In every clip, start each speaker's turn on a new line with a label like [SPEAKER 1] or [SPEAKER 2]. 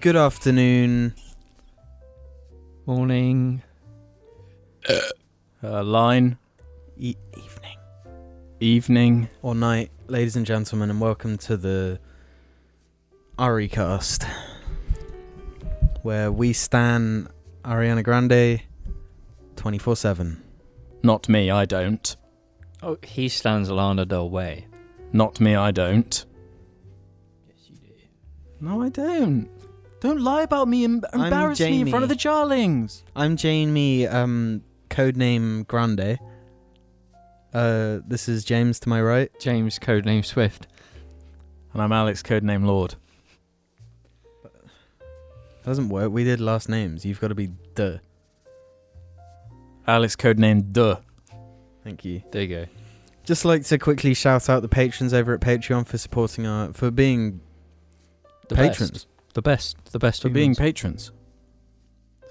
[SPEAKER 1] Good afternoon.
[SPEAKER 2] Morning. Uh, line.
[SPEAKER 1] E- evening.
[SPEAKER 2] Evening.
[SPEAKER 1] Or night, ladies and gentlemen, and welcome to the REcast, where we stan Ariana Grande 24 7.
[SPEAKER 2] Not me, I don't.
[SPEAKER 3] Oh, he stands Lana Del Rey.
[SPEAKER 2] Not me, I don't.
[SPEAKER 3] Yes, you do.
[SPEAKER 2] No, I don't. Don't lie about me and
[SPEAKER 1] I'm
[SPEAKER 2] embarrass me in front
[SPEAKER 1] Jamie.
[SPEAKER 2] of the Jarlings.
[SPEAKER 1] I'm Jamie, um, codename Grande. Uh, this is James to my right.
[SPEAKER 3] James, codename Swift.
[SPEAKER 2] And I'm Alex, codename Lord.
[SPEAKER 1] Doesn't work. We did last names. You've got to be duh.
[SPEAKER 2] Alex, codename Duh.
[SPEAKER 1] Thank you.
[SPEAKER 3] There you go.
[SPEAKER 1] Just like to quickly shout out the patrons over at Patreon for supporting our for being
[SPEAKER 3] The
[SPEAKER 1] patrons.
[SPEAKER 3] best. The best. The best
[SPEAKER 2] For
[SPEAKER 3] humans.
[SPEAKER 2] being patrons.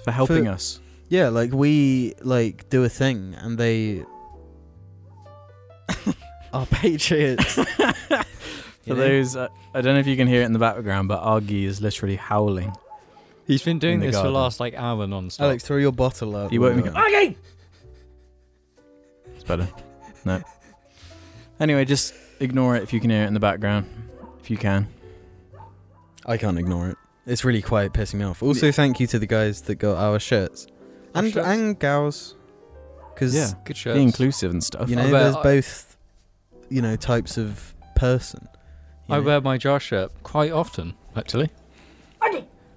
[SPEAKER 2] For helping
[SPEAKER 1] For-
[SPEAKER 2] us.
[SPEAKER 1] Yeah, like we like do a thing and they are patriots. You
[SPEAKER 2] For
[SPEAKER 1] know?
[SPEAKER 2] those, uh, I don't know if you can hear it in the background, but Argy is literally howling.
[SPEAKER 3] He's been doing
[SPEAKER 2] the
[SPEAKER 3] this for
[SPEAKER 2] garden.
[SPEAKER 3] the last like hour non-stop.
[SPEAKER 1] Alex, throw your bottle out.
[SPEAKER 2] You won't
[SPEAKER 1] window.
[SPEAKER 2] even go, Argy! It's better. No. Anyway, just ignore it if you can hear it in the background. If you can.
[SPEAKER 1] I can't ignore it. It's really quite pissing me off. Also, thank you to the guys that got our shirts
[SPEAKER 3] Our
[SPEAKER 1] and
[SPEAKER 3] shirts?
[SPEAKER 1] and gals, because
[SPEAKER 2] Yeah.
[SPEAKER 3] good show.
[SPEAKER 2] Be inclusive and stuff.
[SPEAKER 1] you
[SPEAKER 3] I
[SPEAKER 1] know
[SPEAKER 3] wear-
[SPEAKER 1] there's
[SPEAKER 3] I-
[SPEAKER 1] both, you know, types of person. you
[SPEAKER 3] I
[SPEAKER 1] know?
[SPEAKER 3] wear my jar shirt quite often, actually.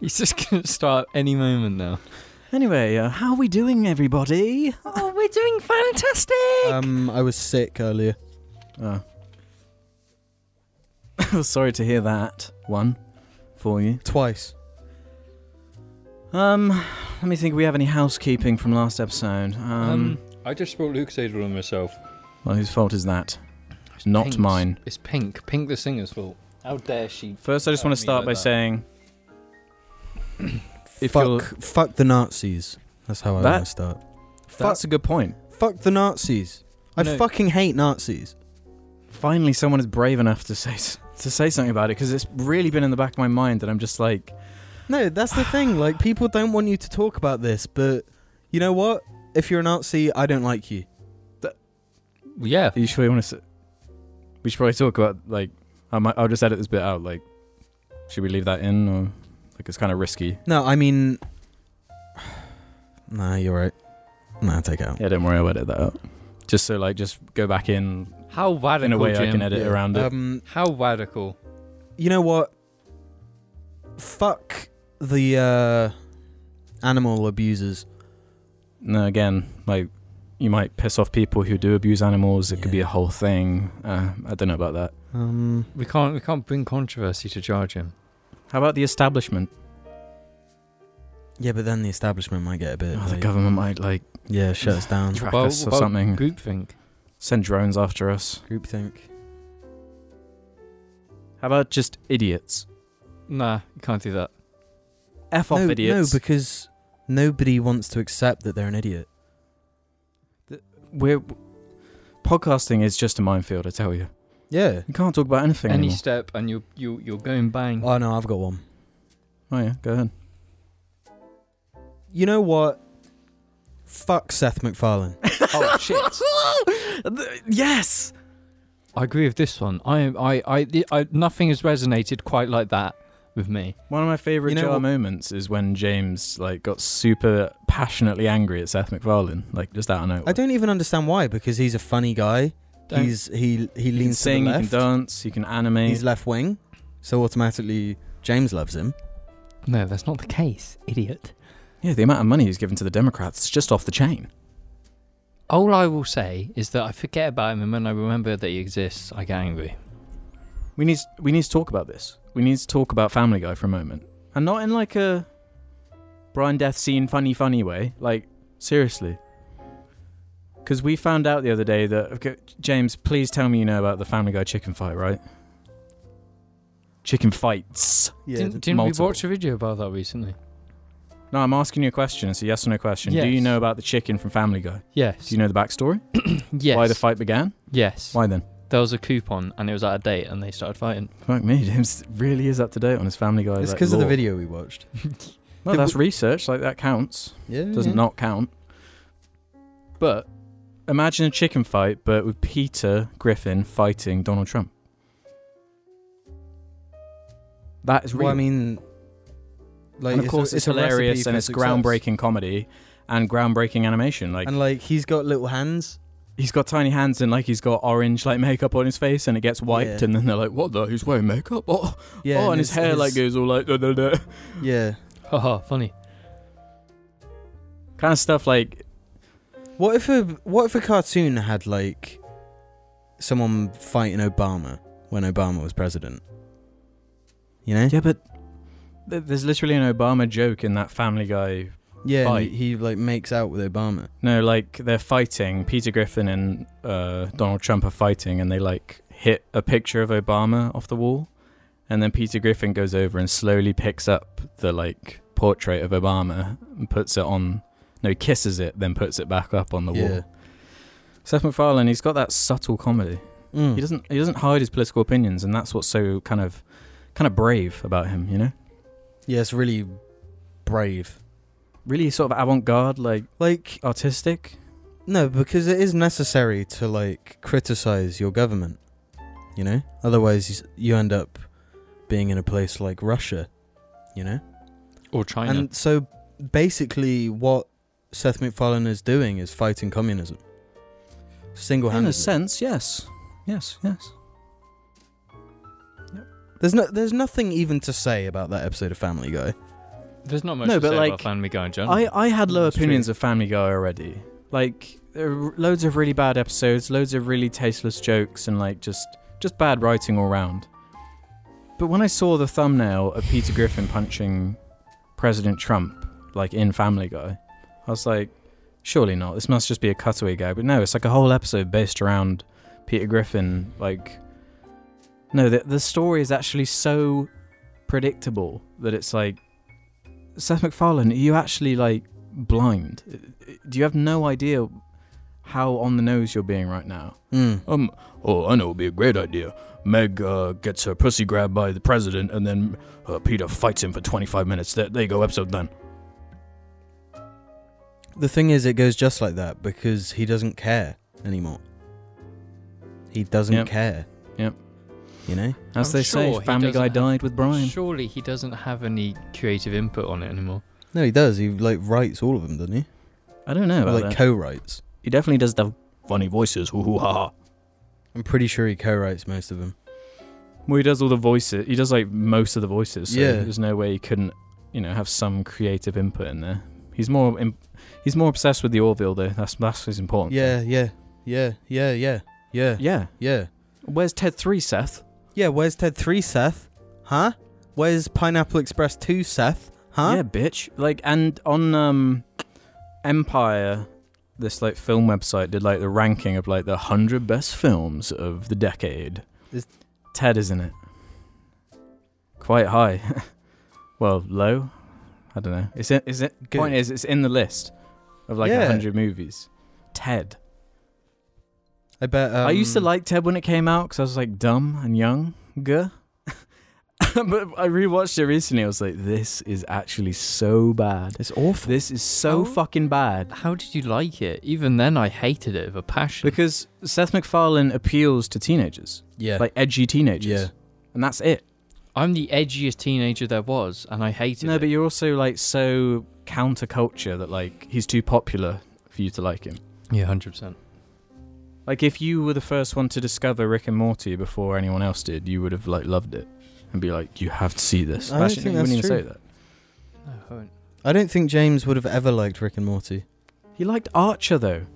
[SPEAKER 3] He's just gonna start any moment now.
[SPEAKER 2] Anyway, uh, how are we doing, everybody? Oh, we're doing fantastic.
[SPEAKER 1] Um, I was sick earlier.
[SPEAKER 2] Uh. oh. Sorry to hear that one for you.
[SPEAKER 1] Twice.
[SPEAKER 2] Um, let me think. if We have any housekeeping from last episode? Um,
[SPEAKER 3] I just spilled Luxador on myself.
[SPEAKER 2] well, whose fault is that? Not
[SPEAKER 3] Pink's-
[SPEAKER 2] mine.
[SPEAKER 3] It's Pink. Pink the singer's fault. How dare she?
[SPEAKER 2] First, I just
[SPEAKER 3] Oh,
[SPEAKER 2] want
[SPEAKER 3] me
[SPEAKER 2] to start
[SPEAKER 3] like
[SPEAKER 2] by
[SPEAKER 3] that.
[SPEAKER 2] saying If you'll-
[SPEAKER 1] fuck, fuck the Nazis. That's how I
[SPEAKER 2] That-
[SPEAKER 1] want to start.
[SPEAKER 2] that's a good point.
[SPEAKER 1] Fuck the Nazis. I
[SPEAKER 3] No.
[SPEAKER 1] fucking hate Nazis.
[SPEAKER 2] Finally, someone is brave enough to say s- to say something about it because it's really been in the back of my mind that I'm just like,
[SPEAKER 1] No, that's the thing. Like, people don't want you to talk about this, but you know what? If you're a Nazi, I don't like you.
[SPEAKER 3] Yeah.
[SPEAKER 2] Are you sure you want to? We should probably talk about like I might. I'll just edit this bit out. Like, should we leave that in or like it's kind of risky?
[SPEAKER 1] No, I mean. Nah, you're right. Nah, take it out.
[SPEAKER 2] Yeah, don't worry. I'll edit that out. Just so like, just go back in
[SPEAKER 3] How radical.
[SPEAKER 2] in a way I
[SPEAKER 3] Jim.
[SPEAKER 2] can edit
[SPEAKER 1] Yeah.
[SPEAKER 2] around it.
[SPEAKER 1] Um,
[SPEAKER 3] How radical.
[SPEAKER 1] you know what? Fuck the uh, animal abusers.
[SPEAKER 2] no, again, like you might piss off people who do abuse animals. It could be
[SPEAKER 1] Yeah.
[SPEAKER 2] a whole thing. Uh, I don't know about that.
[SPEAKER 1] Um,
[SPEAKER 3] We can't. We can't bring controversy to Jar Jim.
[SPEAKER 2] How about the establishment?
[SPEAKER 1] yeah, but then the establishment might get a bit.
[SPEAKER 2] Oh, the
[SPEAKER 1] like,
[SPEAKER 2] government might like
[SPEAKER 1] yeah, shut us down.
[SPEAKER 2] track
[SPEAKER 3] Well,
[SPEAKER 2] us or
[SPEAKER 3] well,
[SPEAKER 2] something.
[SPEAKER 3] Groupthink.
[SPEAKER 2] Send drones after us.
[SPEAKER 1] Groupthink.
[SPEAKER 2] How about just idiots?
[SPEAKER 3] Nah, you can't do that.
[SPEAKER 2] F off
[SPEAKER 1] No,
[SPEAKER 2] idiots.
[SPEAKER 1] no, because nobody wants to accept that they're an idiot.
[SPEAKER 2] we're podcasting is just a minefield. I tell you.
[SPEAKER 1] Yeah.
[SPEAKER 2] You can't talk about anything
[SPEAKER 3] Any
[SPEAKER 2] anymore.
[SPEAKER 3] step, and you you you're going
[SPEAKER 2] Mm.
[SPEAKER 3] bang.
[SPEAKER 1] Oh no, I've got one.
[SPEAKER 2] oh yeah, go ahead.
[SPEAKER 1] You know what? Fuck Seth MacFarlane.
[SPEAKER 3] Oh, shit.
[SPEAKER 2] yes.
[SPEAKER 3] I agree with this one. I am. I, I. I. Nothing has resonated quite like that with me.
[SPEAKER 2] One of my favorite
[SPEAKER 1] You know
[SPEAKER 2] jar
[SPEAKER 1] what-
[SPEAKER 2] moments is when James like got super passionately angry at Seth MacFarlane, like just out of nowhere.
[SPEAKER 1] I don't even understand why, because he's a funny guy.
[SPEAKER 3] Don't-
[SPEAKER 1] He's he he
[SPEAKER 2] You can
[SPEAKER 1] leans
[SPEAKER 2] sing,
[SPEAKER 1] to
[SPEAKER 2] you
[SPEAKER 1] the
[SPEAKER 2] can
[SPEAKER 1] left.
[SPEAKER 2] dance, you can animate.
[SPEAKER 1] he's left wing, so automatically James loves him.
[SPEAKER 3] No, that's not the case, idiot.
[SPEAKER 2] yeah, the amount of money he's given to the Democrats is just off the chain.
[SPEAKER 3] All I will say is that I forget about him, and when I remember that he exists, I get angry.
[SPEAKER 2] We need we need to talk about this. We need to talk about Family Guy for a moment, and not in like a Brian Death scene funny funny way. Like seriously, because we found out the other day that okay, James, please tell me you know about the Family Guy chicken fight, right? Chicken fights.
[SPEAKER 1] Yeah.
[SPEAKER 3] didn't didn't
[SPEAKER 2] multiple.
[SPEAKER 3] we watch a video about that recently?
[SPEAKER 2] No, I'm asking you a question. It's a yes or no question. Do you
[SPEAKER 3] Yes.
[SPEAKER 2] know about the chicken from Family Guy?
[SPEAKER 3] Yes.
[SPEAKER 2] Do you know the backstory?
[SPEAKER 3] yes.
[SPEAKER 2] Why the fight began?
[SPEAKER 3] Yes.
[SPEAKER 2] Why then?
[SPEAKER 4] there was a coupon and it was out of date and they started fighting.
[SPEAKER 2] Fuck me, James really is up to date on his Family Guy.
[SPEAKER 1] It's
[SPEAKER 2] like,
[SPEAKER 1] because of the
[SPEAKER 2] lore.
[SPEAKER 1] video we watched.
[SPEAKER 2] No,
[SPEAKER 1] Did
[SPEAKER 2] that's
[SPEAKER 1] we-
[SPEAKER 2] research. Like that counts.
[SPEAKER 1] Yeah.
[SPEAKER 2] Does
[SPEAKER 1] yeah.
[SPEAKER 2] not count. But imagine a chicken fight, but with Peter Griffin fighting Donald Trump. That is real.
[SPEAKER 1] Well, I mean, like,
[SPEAKER 2] and of
[SPEAKER 1] it's
[SPEAKER 2] course,
[SPEAKER 1] a,
[SPEAKER 2] it's,
[SPEAKER 1] a recipe
[SPEAKER 2] hilarious
[SPEAKER 1] for
[SPEAKER 2] and it's
[SPEAKER 1] success.
[SPEAKER 2] groundbreaking comedy and groundbreaking animation. Like
[SPEAKER 1] And like, he's got little hands.
[SPEAKER 2] he's got tiny hands and like he's got orange like makeup on his face, and it gets wiped,
[SPEAKER 1] Yeah.
[SPEAKER 2] and then they're like, "What the? He's wearing makeup? Oh,
[SPEAKER 1] Yeah.
[SPEAKER 2] oh and his,
[SPEAKER 1] it's-
[SPEAKER 2] hair
[SPEAKER 1] it's-
[SPEAKER 2] like goes all like." Da, da, da.
[SPEAKER 1] Yeah.
[SPEAKER 4] Haha, funny.
[SPEAKER 2] kind of stuff like
[SPEAKER 1] What if a what if a cartoon had like someone fighting Obama when Obama was president? You know?
[SPEAKER 2] yeah but th- there's literally an obama joke in that family guy
[SPEAKER 1] Yeah, and
[SPEAKER 2] Fight.
[SPEAKER 1] he, he like makes out with Obama.
[SPEAKER 2] no like they're fighting peter griffin and uh, donald trump are fighting and they like hit a picture of obama off the wall and then peter griffin goes over and slowly picks up the like portrait of obama and puts it on no he kisses it then puts it back up on the
[SPEAKER 1] yeah.
[SPEAKER 2] wall seth macfarlane he's got that subtle comedy
[SPEAKER 1] Mm.
[SPEAKER 2] he doesn't he doesn't hide his political opinions and that's what's so kind of kind of brave about him you know
[SPEAKER 1] Yeah, it's really brave.
[SPEAKER 2] really sort of avant-garde like
[SPEAKER 1] Like
[SPEAKER 2] artistic
[SPEAKER 1] no, because it is necessary to like criticize your government. You know? Otherwise you s- you end up being in a place like Russia, you know?
[SPEAKER 4] Or China.
[SPEAKER 1] And so basically what Seth MacFarlane is doing is fighting communism. Single
[SPEAKER 2] in a
[SPEAKER 1] handedly.
[SPEAKER 2] sense yes yes yes
[SPEAKER 1] There's no there's nothing even to say about that episode of Family Guy.
[SPEAKER 4] There's not much
[SPEAKER 2] No,
[SPEAKER 4] to
[SPEAKER 2] but
[SPEAKER 4] say
[SPEAKER 2] like,
[SPEAKER 4] about Family Guy in general.
[SPEAKER 2] i i had low
[SPEAKER 1] That's
[SPEAKER 2] opinions of family guy already like there are loads of really bad episodes loads of really tasteless jokes and like just just bad writing all round but when i saw the thumbnail of peter griffin punching president trump like in family guy i was like surely not this must just be a cutaway gag but no it's like a whole episode based around peter griffin like no the, the story is actually so predictable that it's like Seth MacFarlane, are you actually like blind? Do you have no idea how on the nose you're being right now?
[SPEAKER 1] Mm.
[SPEAKER 2] Um, oh, I know, it'd be a great idea. Meg uh, gets her pussy grabbed by the president, and then uh, Peter fights him for 25 minutes. There, there you go, episode done.
[SPEAKER 1] The thing is, it goes just like that because he doesn't care anymore. He doesn't
[SPEAKER 2] Yep.
[SPEAKER 1] care.
[SPEAKER 2] Yep.
[SPEAKER 1] You know?
[SPEAKER 2] As
[SPEAKER 4] I'm
[SPEAKER 2] they
[SPEAKER 4] sure
[SPEAKER 2] say,
[SPEAKER 4] he
[SPEAKER 2] Family
[SPEAKER 4] doesn't
[SPEAKER 2] Guy
[SPEAKER 4] have-
[SPEAKER 2] died with Brian.
[SPEAKER 4] Surely he doesn't have any creative input on it anymore.
[SPEAKER 1] No, he does. He like writes all of them, doesn't he?
[SPEAKER 2] I don't know about
[SPEAKER 1] like
[SPEAKER 2] that.
[SPEAKER 1] co-writes.
[SPEAKER 2] He definitely does the funny voices. Hoo hoo ha ha.
[SPEAKER 1] I'm pretty sure he co-writes most of them.
[SPEAKER 2] Well, he does all the voices. He does like most of the voices. So
[SPEAKER 1] Yeah.
[SPEAKER 2] There's no way he couldn't, you know, have some creative input in there. He's more, im- he's more obsessed with the Orville though. That's that's his important.
[SPEAKER 1] Yeah,
[SPEAKER 2] thing.
[SPEAKER 1] yeah, yeah, yeah, yeah, yeah,
[SPEAKER 2] Yeah.
[SPEAKER 1] yeah.
[SPEAKER 2] Where's Ted Three, Seth?
[SPEAKER 1] Yeah. Where's Ted Three, Seth? Huh? Where's Pineapple Express Two, Seth? Huh?
[SPEAKER 2] Yeah, bitch. Like, and on um, Empire, this like film website did like the ranking of like the hundred best films of the decade.
[SPEAKER 1] Is-
[SPEAKER 2] Ted is in it. Quite high. well, low. I don't know. Is it? Is it?
[SPEAKER 1] Good.
[SPEAKER 2] Point is, it's in the list of like a
[SPEAKER 1] Yeah.
[SPEAKER 2] hundred movies. Ted.
[SPEAKER 1] I bet. Um,
[SPEAKER 2] I used to like Ted when it came out because I was like dumb and young. Guh. but I rewatched it recently. I was like, this is actually so bad.
[SPEAKER 1] It's awful.
[SPEAKER 2] This is so
[SPEAKER 4] Oh.
[SPEAKER 2] fucking bad.
[SPEAKER 4] How did you like it? Even then, I hated it with a passion.
[SPEAKER 2] Because Seth MacFarlane appeals to teenagers,
[SPEAKER 1] Yeah.
[SPEAKER 2] like edgy teenagers.
[SPEAKER 1] Yeah.
[SPEAKER 2] And that's it.
[SPEAKER 4] I'm the edgiest teenager there was, and I hated
[SPEAKER 2] no,
[SPEAKER 4] it.
[SPEAKER 2] but you're also like so counterculture that like he's too popular for you to like him.
[SPEAKER 4] yeah, hundred percent.
[SPEAKER 2] Like if you were the first one to discover Rick and Morty before anyone else did, you would have like loved it and be like, you have to see this.
[SPEAKER 1] I don't
[SPEAKER 2] Actually,
[SPEAKER 1] think
[SPEAKER 2] you wouldn't
[SPEAKER 1] that's
[SPEAKER 2] even say that.
[SPEAKER 4] No, I won't.
[SPEAKER 1] I don't think James would have ever liked Rick and Morty.
[SPEAKER 2] He liked Archer though.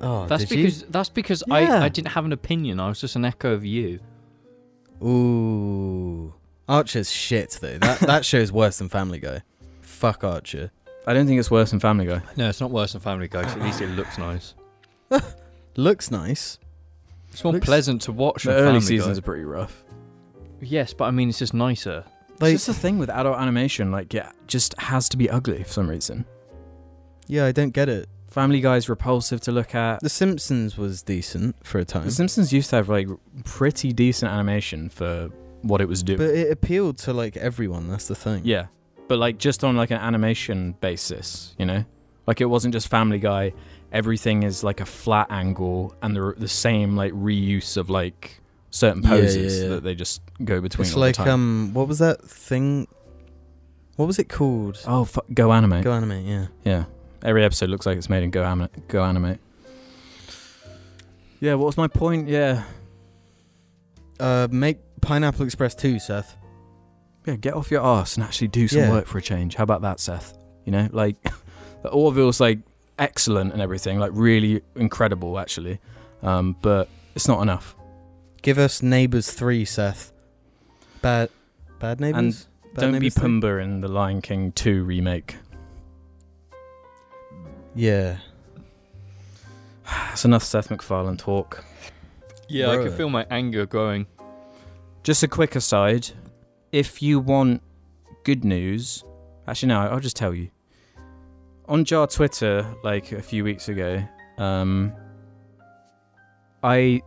[SPEAKER 1] Oh,
[SPEAKER 4] that's because that's because
[SPEAKER 2] Yeah.
[SPEAKER 4] I, I didn't have an opinion. I was just an echo of you.
[SPEAKER 1] Ooh. Archer's shit though. That that show's worse than Family Guy. Fuck Archer.
[SPEAKER 2] I don't think it's worse than Family Guy.
[SPEAKER 4] No, it's not worse than Family Guy. 'cause at least it looks nice.
[SPEAKER 1] Looks nice.
[SPEAKER 4] It's more
[SPEAKER 1] Looks-
[SPEAKER 4] pleasant to watch.
[SPEAKER 2] The
[SPEAKER 4] than
[SPEAKER 2] early
[SPEAKER 4] Family
[SPEAKER 2] seasons are
[SPEAKER 4] Guy.
[SPEAKER 2] pretty rough.
[SPEAKER 4] Yes, but I mean, it's just nicer.
[SPEAKER 1] Like
[SPEAKER 2] it's just the thing with adult animation, like yeah, just has to be ugly for some reason.
[SPEAKER 1] yeah, I don't get it.
[SPEAKER 2] Family Guy's repulsive to look at.
[SPEAKER 1] The Simpsons was decent for a time,
[SPEAKER 2] The Simpsons used to have like pretty decent animation for what it was doing.
[SPEAKER 1] but it appealed to like everyone. That's the thing.
[SPEAKER 2] yeah, but like just on like an animation basis, you know, like it wasn't just Family Guy. Everything is like a flat angle and the the same like reuse of like certain
[SPEAKER 1] Yeah, yeah,
[SPEAKER 2] poses
[SPEAKER 1] yeah.
[SPEAKER 2] that they just go between.
[SPEAKER 1] it's
[SPEAKER 2] all
[SPEAKER 1] like
[SPEAKER 2] the time.
[SPEAKER 1] um, what was that thing? What was it called?
[SPEAKER 2] oh fu- go animate.
[SPEAKER 1] Go anime, yeah.
[SPEAKER 2] Yeah, every episode looks like it's made in Go Am- Go Animate. Yeah, what was my point? Yeah,
[SPEAKER 1] Uh, make Pineapple Express 2, Seth.
[SPEAKER 2] yeah, get off your ass and actually do some
[SPEAKER 1] Yeah.
[SPEAKER 2] work for a change. How about that, Seth? You know, like the Orville's like excellent and everything, like really incredible actually, um, but it's not enough.
[SPEAKER 1] Give us Neighbours 3, Seth. Bad, bad neighbors. Bad
[SPEAKER 2] Don't be
[SPEAKER 1] Neighbours 3?
[SPEAKER 2] Pumbaa in the Lion King 2 remake.
[SPEAKER 1] Yeah.
[SPEAKER 2] That's enough Seth MacFarlane talk.
[SPEAKER 4] Yeah, I
[SPEAKER 1] Bruh.
[SPEAKER 4] can feel my anger growing.
[SPEAKER 2] Just a quick aside if you want good news, actually, no, I'll just tell you. On Jar Twitter, like a few weeks ago, um, I,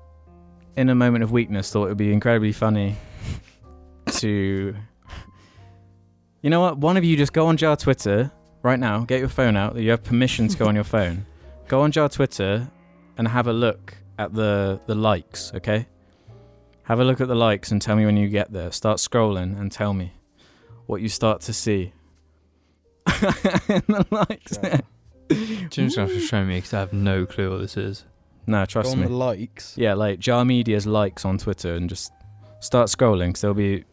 [SPEAKER 2] in a moment of weakness, thought it would be incredibly funny to. You know what? One of you just go on Jar Twitter right now, get your phone out, you have permission to go on your phone. Go on Jar Twitter and have a look at the, the likes, okay? Have a look at the likes and tell me when you get there. Start scrolling and tell me what you start to see. And the likes.
[SPEAKER 4] Jim's gonna have to show me because I have no clue what this is.
[SPEAKER 2] No,
[SPEAKER 1] Go
[SPEAKER 2] trust
[SPEAKER 1] on
[SPEAKER 2] me.
[SPEAKER 1] the likes.
[SPEAKER 2] Yeah, like Jar Media's likes on Twitter and just start scrolling because there'll be.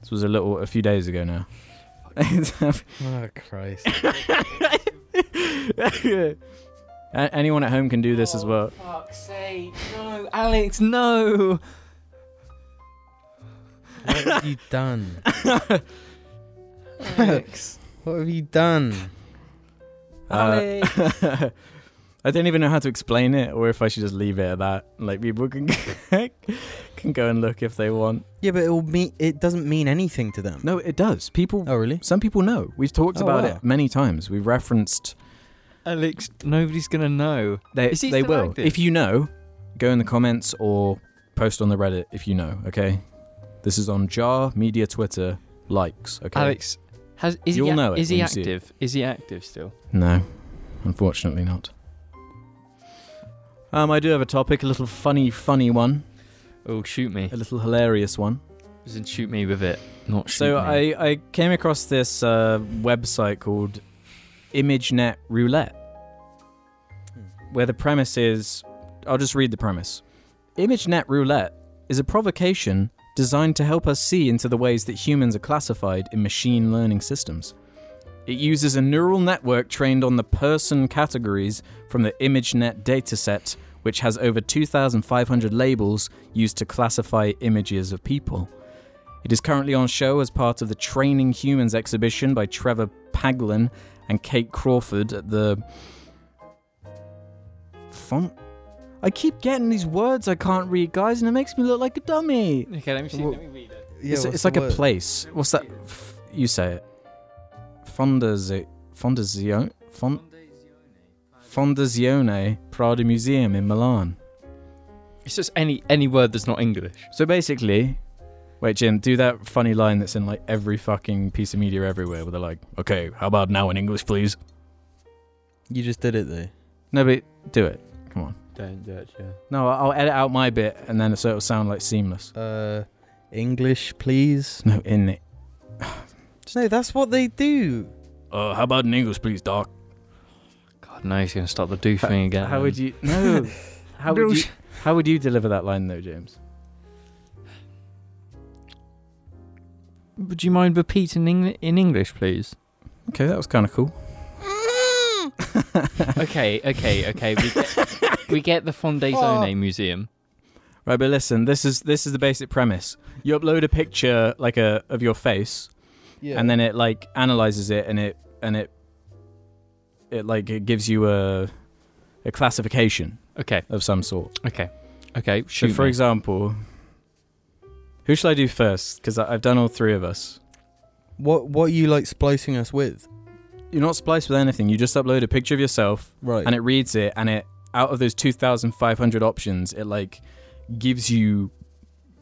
[SPEAKER 2] This was a little, a few days ago now.
[SPEAKER 1] Oh, Christ.
[SPEAKER 2] A- Anyone at home can do this as well.
[SPEAKER 4] Oh, Fuck's sake, no, Alex, no!
[SPEAKER 1] what have you done? What have you done?
[SPEAKER 2] Uh, I don't even know how to explain it, or if I should just leave it at that. Like people can can go and look if they want.
[SPEAKER 1] Yeah, but it'll mean, it doesn't mean anything to them.
[SPEAKER 2] No, it does. People,
[SPEAKER 1] Oh, really?
[SPEAKER 2] some people know. We've talked
[SPEAKER 1] Oh,
[SPEAKER 2] about
[SPEAKER 1] wow.
[SPEAKER 2] it many times. We've referenced.
[SPEAKER 4] Alex, nobody's gonna know.
[SPEAKER 2] They
[SPEAKER 4] Is he
[SPEAKER 2] they
[SPEAKER 4] still
[SPEAKER 2] will.
[SPEAKER 4] active?
[SPEAKER 2] If you know, go in the comments or post on the Reddit if you know. Okay, this is on Jar Media Twitter likes. Okay,
[SPEAKER 4] Alex, has is
[SPEAKER 2] You'll
[SPEAKER 4] he? ac-
[SPEAKER 2] know it
[SPEAKER 4] is he
[SPEAKER 2] when you see it.
[SPEAKER 4] active? Is he active still?
[SPEAKER 2] No, unfortunately not. Um, I do have a topic, a little funny, funny one,
[SPEAKER 4] Oh, shoot me!
[SPEAKER 2] a little hilarious one.
[SPEAKER 4] As in shoot me with it, not shoot
[SPEAKER 2] So
[SPEAKER 4] me.
[SPEAKER 2] I, I came across this uh, website called ImageNet Roulette, where the premise is I'll just read the premise. ImageNet Roulette is a provocation designed to help us see into the ways that humans are classified in machine learning systems. It uses a neural network trained on the person categories from the ImageNet dataset, which has over 2,500 labels used to classify images of people. It is currently on show as part of the Training Humans exhibition by Trevor Paglin and Kate Crawford at the. Font. I keep getting these words I can't read, guys, and it makes me look like a dummy.
[SPEAKER 4] Okay, let me see.
[SPEAKER 1] Well-
[SPEAKER 4] let me read it.
[SPEAKER 1] Yeah,
[SPEAKER 2] it's
[SPEAKER 1] what's
[SPEAKER 2] it's
[SPEAKER 1] the
[SPEAKER 2] like a
[SPEAKER 1] word?
[SPEAKER 2] place. What's that? F- you say it. Fondazione. Fondazione. Fond- Fondazione Prada Museum in Milan.
[SPEAKER 4] It's just any any word that's not English.
[SPEAKER 2] So basically, wait, Jim, do that funny line that's in like every fucking piece of media everywhere where they're like, okay, how about now in English, please?
[SPEAKER 1] You just did it, though.
[SPEAKER 2] No, but do it. Come on.
[SPEAKER 4] Don't do it, yeah.
[SPEAKER 2] No, I- I'll edit out my bit and then so it'll sound like seamless.
[SPEAKER 1] Uh, English, please.
[SPEAKER 2] No, in it.
[SPEAKER 1] No, that's what they do.
[SPEAKER 2] Uh, how about in English, please, Doc?
[SPEAKER 4] God, now he's gonna start the douche thing again.
[SPEAKER 2] How would you? No. How would you? How would you deliver that line though, James?
[SPEAKER 4] Would you mind repeating in, in English, please?
[SPEAKER 2] Okay, that was kind of cool.
[SPEAKER 4] okay, okay, okay. We get, we get the Fondazione Museum.
[SPEAKER 2] Right, but listen, this is this is the basic premise. You upload a picture like a of your face,
[SPEAKER 1] Yeah.
[SPEAKER 2] and then it like analyzes it and it and it it like it gives you a a classification
[SPEAKER 4] Okay,
[SPEAKER 2] of some sort.
[SPEAKER 4] okay, okay. Shoot
[SPEAKER 2] so, for
[SPEAKER 4] me.
[SPEAKER 2] example, who shall I do first? Because I've done all three of us.
[SPEAKER 1] what what are you like splicing us with?
[SPEAKER 2] you're not spliced with anything. You just upload a picture of yourself
[SPEAKER 1] Right.
[SPEAKER 2] and it reads it and it out of those 2500 options it like gives you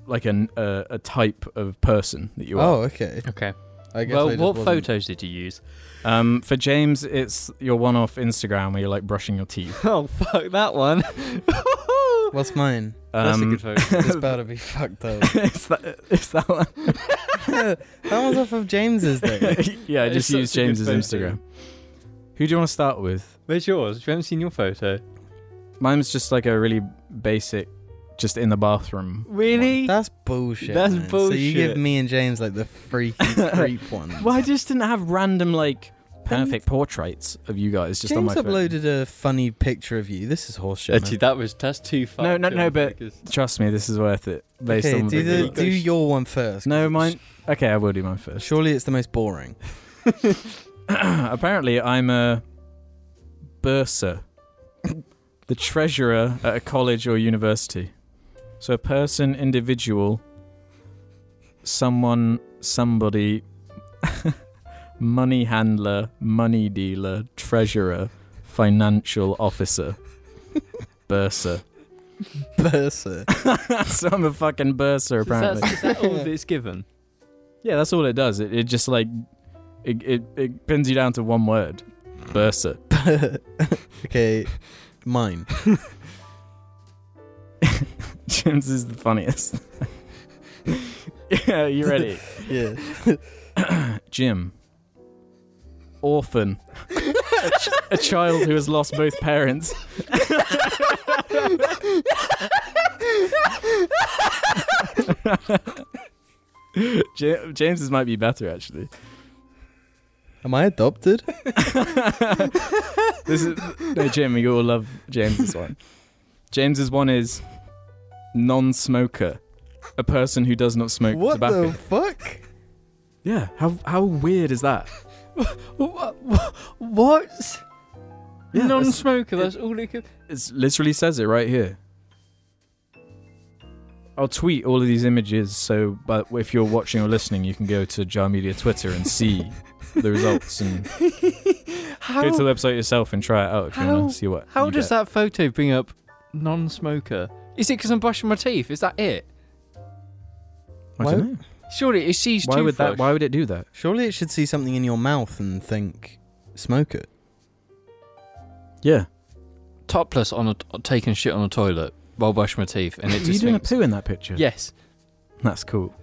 [SPEAKER 2] like an, a, a type of person that you are
[SPEAKER 1] oh, okay.
[SPEAKER 4] Okay.
[SPEAKER 1] I guess
[SPEAKER 4] Well,
[SPEAKER 1] I just
[SPEAKER 4] what
[SPEAKER 1] wasn't-
[SPEAKER 4] photos did you use?
[SPEAKER 2] um, for james it's your one-off instagram where you're like brushing your teeth
[SPEAKER 4] Oh fuck that one.
[SPEAKER 1] What's mine?
[SPEAKER 4] That's a
[SPEAKER 2] Um,
[SPEAKER 4] good photo.
[SPEAKER 1] It's about to be fucked up.
[SPEAKER 2] it's that, it's that one
[SPEAKER 1] that one's off of James's thing.
[SPEAKER 2] yeah i
[SPEAKER 4] It's
[SPEAKER 2] just
[SPEAKER 4] such
[SPEAKER 2] used
[SPEAKER 4] a good
[SPEAKER 2] james's
[SPEAKER 4] photo.
[SPEAKER 2] instagram who do you want to start with
[SPEAKER 4] Where's yours? You haven't seen your photo.
[SPEAKER 2] mine's just like a really basic just in the bathroom
[SPEAKER 4] Really?
[SPEAKER 1] That's bullshit.
[SPEAKER 4] That's
[SPEAKER 1] man. So you give
[SPEAKER 4] bullshit.
[SPEAKER 1] me and James like the freaky creep one.
[SPEAKER 2] well i just didn't have random like perfect portraits of you guys just on
[SPEAKER 1] James
[SPEAKER 2] my phone.
[SPEAKER 1] uploaded a funny picture of you. This is horseshit.
[SPEAKER 4] Actually,
[SPEAKER 1] man.
[SPEAKER 4] that was that's too far.
[SPEAKER 2] No, no,
[SPEAKER 4] too
[SPEAKER 2] no,
[SPEAKER 4] on
[SPEAKER 2] but-
[SPEAKER 4] focus.
[SPEAKER 2] Trust me, this is worth it. Based
[SPEAKER 1] Okay,
[SPEAKER 2] on
[SPEAKER 1] do,
[SPEAKER 2] the
[SPEAKER 1] the,
[SPEAKER 4] video.
[SPEAKER 1] do your one first.
[SPEAKER 2] no, mine. Okay, I will do mine first.
[SPEAKER 1] Surely it's the most boring.
[SPEAKER 2] Apparently, I'm a bursar, the treasurer at a college or university. So a person, individual, someone, somebody, money handler, money dealer, treasurer, financial officer, bursar.
[SPEAKER 1] Bursa.
[SPEAKER 2] so I'm a fucking bursar.
[SPEAKER 4] Is that-
[SPEAKER 2] Apparently,
[SPEAKER 4] is that all that it's given?
[SPEAKER 2] Yeah, that's all it does. It, it just like it, it it pins you down to one word. Bursa.
[SPEAKER 1] okay, mine.
[SPEAKER 2] James is the funniest. yeah, you ready?
[SPEAKER 1] Yeah.
[SPEAKER 2] Jim. Orphan. a, ch- a child who has lost both parents. Ja- James's might be better actually.
[SPEAKER 1] Am I adopted?
[SPEAKER 2] this is no Jim. You all love James's one. James's one is non-smoker, a person who does not smoke
[SPEAKER 1] what
[SPEAKER 2] tobacco.
[SPEAKER 1] the fuck?
[SPEAKER 2] yeah, how how weird is that?
[SPEAKER 4] What?
[SPEAKER 2] Yeah, that's-
[SPEAKER 4] Non-smoker. That's all it could.
[SPEAKER 2] It literally says it right here. I'll tweet all of these images, so but if you're watching or listening, you can go to Jar Media Twitter and see the results, and
[SPEAKER 4] How?
[SPEAKER 2] go to the website yourself and try it out if you
[SPEAKER 4] How-
[SPEAKER 2] want to see what.
[SPEAKER 4] How
[SPEAKER 2] you
[SPEAKER 4] does
[SPEAKER 2] get.
[SPEAKER 4] that photo bring up non-smoker? Is it because I'm brushing my teeth? Is that it?
[SPEAKER 2] I don't know.
[SPEAKER 4] Surely it sees
[SPEAKER 2] Why would that?
[SPEAKER 4] toothbrush.
[SPEAKER 2] Why would it do that?
[SPEAKER 1] Surely it should see something in your mouth and think, smoke it.
[SPEAKER 2] Yeah,
[SPEAKER 4] Topless on a taking shit on a toilet while brushing my teeth, and
[SPEAKER 2] Are
[SPEAKER 4] it
[SPEAKER 2] you
[SPEAKER 4] just
[SPEAKER 2] doing a
[SPEAKER 4] thinks,
[SPEAKER 2] poo in that picture?
[SPEAKER 4] yes.
[SPEAKER 2] That's cool.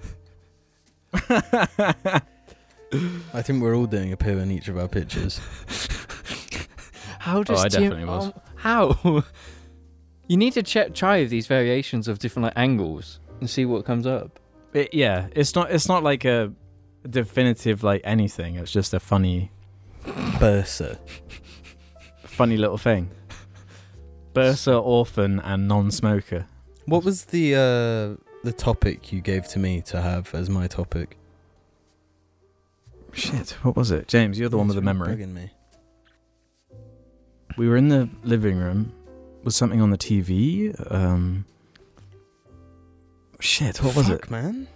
[SPEAKER 1] I think we're all doing a poo in each of our pictures.
[SPEAKER 4] How does
[SPEAKER 2] I
[SPEAKER 4] Jim-
[SPEAKER 2] definitely was.
[SPEAKER 4] um, how? you need to check try these variations of different like angles and see what comes up.
[SPEAKER 2] It- yeah, it's not it's not like a definitive like anything. It's just a funny
[SPEAKER 1] Bursa.
[SPEAKER 2] funny little thing. Bursa, orphan, and non-smoker.
[SPEAKER 1] What was the uh, the topic you gave to me to have as my topic?
[SPEAKER 2] Shit, what was it? James, you're the one with the
[SPEAKER 1] It's
[SPEAKER 2] memory.
[SPEAKER 1] bugging me.
[SPEAKER 2] We were in the living room. Was something on the TV? Um, shit, what was
[SPEAKER 1] Fuck,
[SPEAKER 2] it?
[SPEAKER 1] man?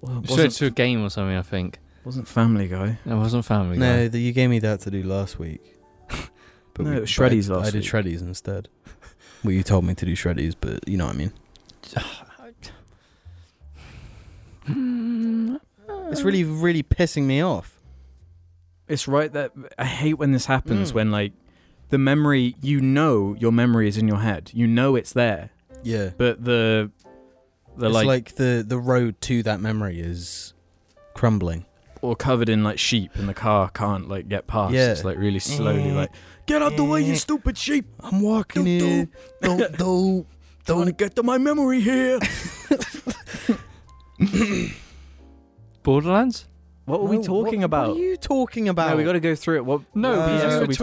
[SPEAKER 2] Well,
[SPEAKER 4] So
[SPEAKER 2] it
[SPEAKER 4] it's
[SPEAKER 2] wasn't,
[SPEAKER 4] to a game or something, I think.
[SPEAKER 2] wasn't Family Guy.
[SPEAKER 4] It wasn't Family
[SPEAKER 1] No,
[SPEAKER 4] Guy.
[SPEAKER 1] that you gave me that to do last week.
[SPEAKER 2] No, it was
[SPEAKER 1] I-
[SPEAKER 2] Shreddies last
[SPEAKER 1] I did
[SPEAKER 2] week.
[SPEAKER 1] Shreddies instead. Well, you told me to do Shreddies, but you know what I mean. It's really, really pissing me off.
[SPEAKER 2] It's right that I hate when this happens.
[SPEAKER 1] Mm.
[SPEAKER 2] When like the memory, you know, your memory is in your head. You know it's there,
[SPEAKER 1] Yeah.
[SPEAKER 2] but the the
[SPEAKER 1] it's like,
[SPEAKER 2] like,
[SPEAKER 1] the, the road to that memory is crumbling.
[SPEAKER 2] or covered in like sheep and the car can't like get past
[SPEAKER 1] Yeah.
[SPEAKER 2] it's like really slowly
[SPEAKER 1] Eh,
[SPEAKER 2] like get out the way you
[SPEAKER 1] eh.
[SPEAKER 2] stupid sheep
[SPEAKER 1] I'm walking
[SPEAKER 2] Doo-doo.
[SPEAKER 1] in. Don't, don't,
[SPEAKER 2] trying to
[SPEAKER 1] don't.
[SPEAKER 2] get to my memory here
[SPEAKER 4] Borderlands?
[SPEAKER 2] what
[SPEAKER 1] No, what- What are you talking about? Uh,
[SPEAKER 2] no we got to go through it what
[SPEAKER 4] No,
[SPEAKER 2] what
[SPEAKER 4] we
[SPEAKER 2] else
[SPEAKER 4] just
[SPEAKER 2] are
[SPEAKER 4] were
[SPEAKER 2] we
[SPEAKER 4] talking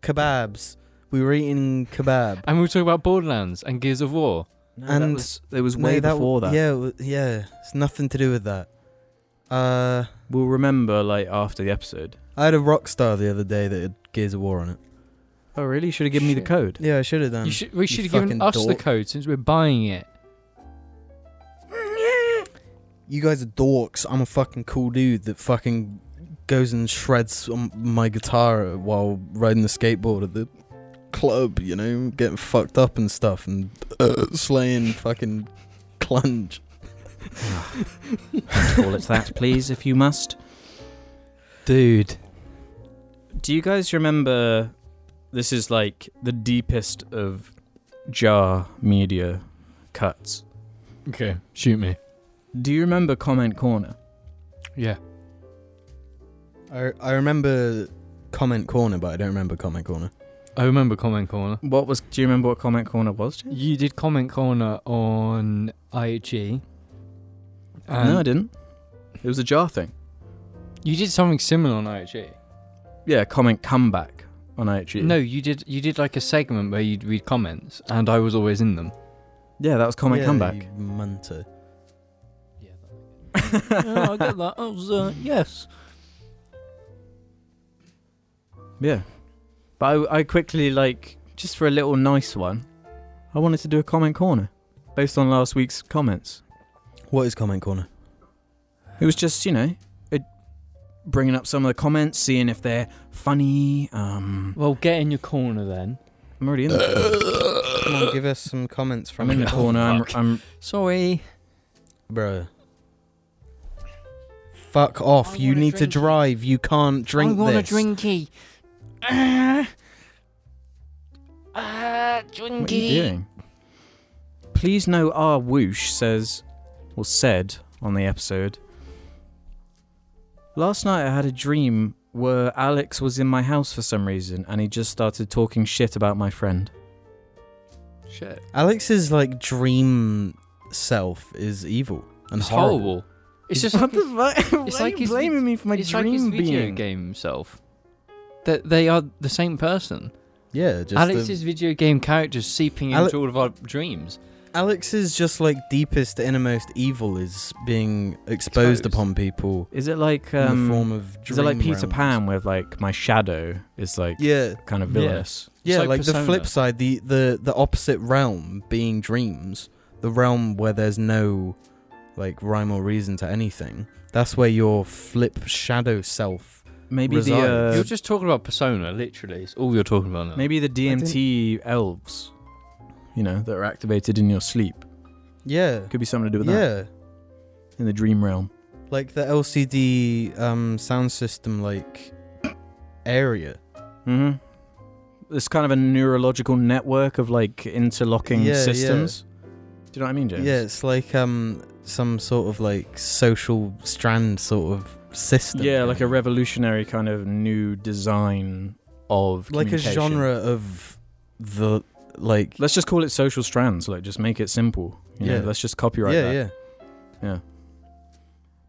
[SPEAKER 2] talking about
[SPEAKER 1] kebabs. We were eating kebab.
[SPEAKER 4] And we'll talk about Borderlands and Gears of War.
[SPEAKER 2] No,
[SPEAKER 1] and-
[SPEAKER 2] that was, it was
[SPEAKER 1] No,
[SPEAKER 2] way
[SPEAKER 1] that-
[SPEAKER 2] before that
[SPEAKER 1] Yeah, it wa- yeah. It's nothing to do with that. Uh,
[SPEAKER 2] we'll remember like after the episode
[SPEAKER 1] I had a rock star the other day that had Gears of War on it.
[SPEAKER 2] oh really should have given me the
[SPEAKER 4] Shit.
[SPEAKER 2] code
[SPEAKER 1] Yeah, I should have done.
[SPEAKER 4] you should, we should have
[SPEAKER 1] Um, fucking
[SPEAKER 4] given us the
[SPEAKER 1] dork.
[SPEAKER 4] code since we're buying it.
[SPEAKER 1] You guys are dorks. I'm a fucking cool dude that fucking goes and shreds on my guitar while riding the skateboard at the club, you know, getting fucked up and stuff and uh, slaying fucking clunge.
[SPEAKER 2] Call it that, please, if you must.
[SPEAKER 4] Dude.
[SPEAKER 2] Do you guys remember? This is like the deepest of jar media cuts.
[SPEAKER 3] Okay, shoot me.
[SPEAKER 2] Do you remember Comment Corner?
[SPEAKER 3] Yeah.
[SPEAKER 1] I, I remember Comment Corner, but I don't remember Comment Corner.
[SPEAKER 3] I remember Comment Corner.
[SPEAKER 2] What was? Do you remember what Comment Corner was? Jay?
[SPEAKER 3] You did Comment Corner on IG.
[SPEAKER 2] no, I didn't. It was a jar thing.
[SPEAKER 3] You did something similar on IG.
[SPEAKER 2] Yeah, Comment Comeback on E. IHE.
[SPEAKER 3] No, you did. You did like a segment where you'd read comments, and I was always in them.
[SPEAKER 2] Yeah, that was Comment
[SPEAKER 1] Yeah,
[SPEAKER 2] Comeback.
[SPEAKER 1] you Munter.
[SPEAKER 3] Yeah.
[SPEAKER 2] yeah,
[SPEAKER 3] that. I was, uh, yes.
[SPEAKER 2] But I, I quickly like just for a little nice one. I wanted to do a Comment Corner based on last week's comments.
[SPEAKER 1] What is Comment Corner?
[SPEAKER 2] It was just, you know, it, bringing up some of the comments, seeing if they're funny. Um,
[SPEAKER 4] Well, get in your corner then.
[SPEAKER 2] I'm already in
[SPEAKER 1] Uh,
[SPEAKER 2] the
[SPEAKER 1] Come on, give us some comments
[SPEAKER 2] I'm
[SPEAKER 1] from
[SPEAKER 2] in the corner. I'm, I'm
[SPEAKER 3] Sorry.
[SPEAKER 1] Bro. Fuck off.
[SPEAKER 3] I
[SPEAKER 1] You
[SPEAKER 3] wanna
[SPEAKER 1] need to
[SPEAKER 3] drink it.
[SPEAKER 1] drive. You can't drink
[SPEAKER 3] I want a
[SPEAKER 1] this.
[SPEAKER 3] drinky.
[SPEAKER 4] Uh,
[SPEAKER 3] Ah, Ah, drinky.
[SPEAKER 2] What are you doing? Please know R. Woosh says, or said on the episode, Last night I had a dream where Alex was in my house for some reason and he just started talking shit about my friend.
[SPEAKER 3] Shit.
[SPEAKER 1] Alex's like dream self is evil and
[SPEAKER 4] It's
[SPEAKER 1] horrible.
[SPEAKER 4] horrible. It's just
[SPEAKER 2] what the fuck?
[SPEAKER 4] it's like
[SPEAKER 2] Why are you
[SPEAKER 4] his-
[SPEAKER 2] blaming me for my
[SPEAKER 4] it's like his
[SPEAKER 2] dream
[SPEAKER 4] video
[SPEAKER 2] being?
[SPEAKER 4] game self. That they are the same person.
[SPEAKER 1] Yeah, just
[SPEAKER 4] Alex's video game characters seeping
[SPEAKER 1] Ale-
[SPEAKER 4] into all of our dreams.
[SPEAKER 1] the, Alex's just like deepest innermost evil is being exposed,
[SPEAKER 4] Exposed.
[SPEAKER 1] upon people
[SPEAKER 2] Is it like
[SPEAKER 1] in the
[SPEAKER 2] um,
[SPEAKER 1] form of dream
[SPEAKER 2] is it like Peter
[SPEAKER 1] realms.
[SPEAKER 2] Pan with like my shadow is like
[SPEAKER 1] Yeah,
[SPEAKER 2] kind of
[SPEAKER 4] Yeah.
[SPEAKER 2] villainous?
[SPEAKER 1] yeah.
[SPEAKER 4] like
[SPEAKER 1] Like, the
[SPEAKER 4] Persona.
[SPEAKER 1] flip side, the the the opposite realm being dreams, the realm where there's no like rhyme or reason to anything. That's where your flip shadow self
[SPEAKER 2] Maybe
[SPEAKER 1] Resides.
[SPEAKER 2] the
[SPEAKER 4] you're
[SPEAKER 2] uh,
[SPEAKER 4] just talking about persona, literally. It's all you're talking about now.
[SPEAKER 2] Maybe the DMT elves, you know, that are activated in your sleep.
[SPEAKER 1] Yeah.
[SPEAKER 2] Could be something to do with that
[SPEAKER 1] yeah.
[SPEAKER 2] in the dream realm.
[SPEAKER 1] Like the LCD um, sound system, like area.
[SPEAKER 2] Mm-hmm. It's kind of a neurological network of like interlocking
[SPEAKER 1] Yeah, yeah.
[SPEAKER 2] systems. Do you know what I mean, James?
[SPEAKER 1] Yeah, it's like um, some sort of like social strand sort of system.
[SPEAKER 2] Yeah, like a
[SPEAKER 1] going on.
[SPEAKER 2] revolutionary kind of new design of
[SPEAKER 1] like a
[SPEAKER 2] communication.
[SPEAKER 1] genre of the like.
[SPEAKER 2] Let's just call it social strands. Like, just make it simple. You know?
[SPEAKER 1] Yeah.
[SPEAKER 2] Let's just copyright
[SPEAKER 1] yeah,
[SPEAKER 2] that.
[SPEAKER 1] yeah.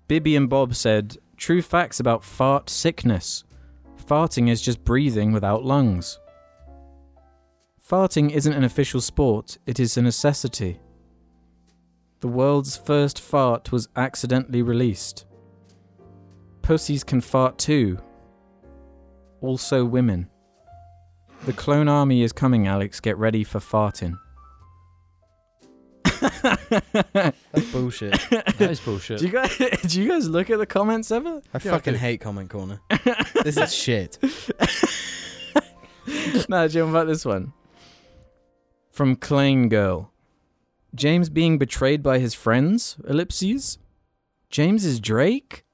[SPEAKER 2] Bibby and Bob said, True facts about fart sickness. Farting is just breathing without lungs. Farting isn't an official sport, it is a necessity. The world's first fart was accidentally released. Pussies can fart too. Also, women. The clone army is coming, Alex. Get ready for farting.
[SPEAKER 1] That's bullshit.
[SPEAKER 4] that is bullshit.
[SPEAKER 2] Do you guys do you guys look at the comments ever?
[SPEAKER 1] I
[SPEAKER 4] Yeah,
[SPEAKER 1] fucking
[SPEAKER 4] okay.
[SPEAKER 1] hate comment corner. This is shit.
[SPEAKER 2] no, do you know about this one? From Klein Girl. James being betrayed by his friends? Ellipses? James is Drake?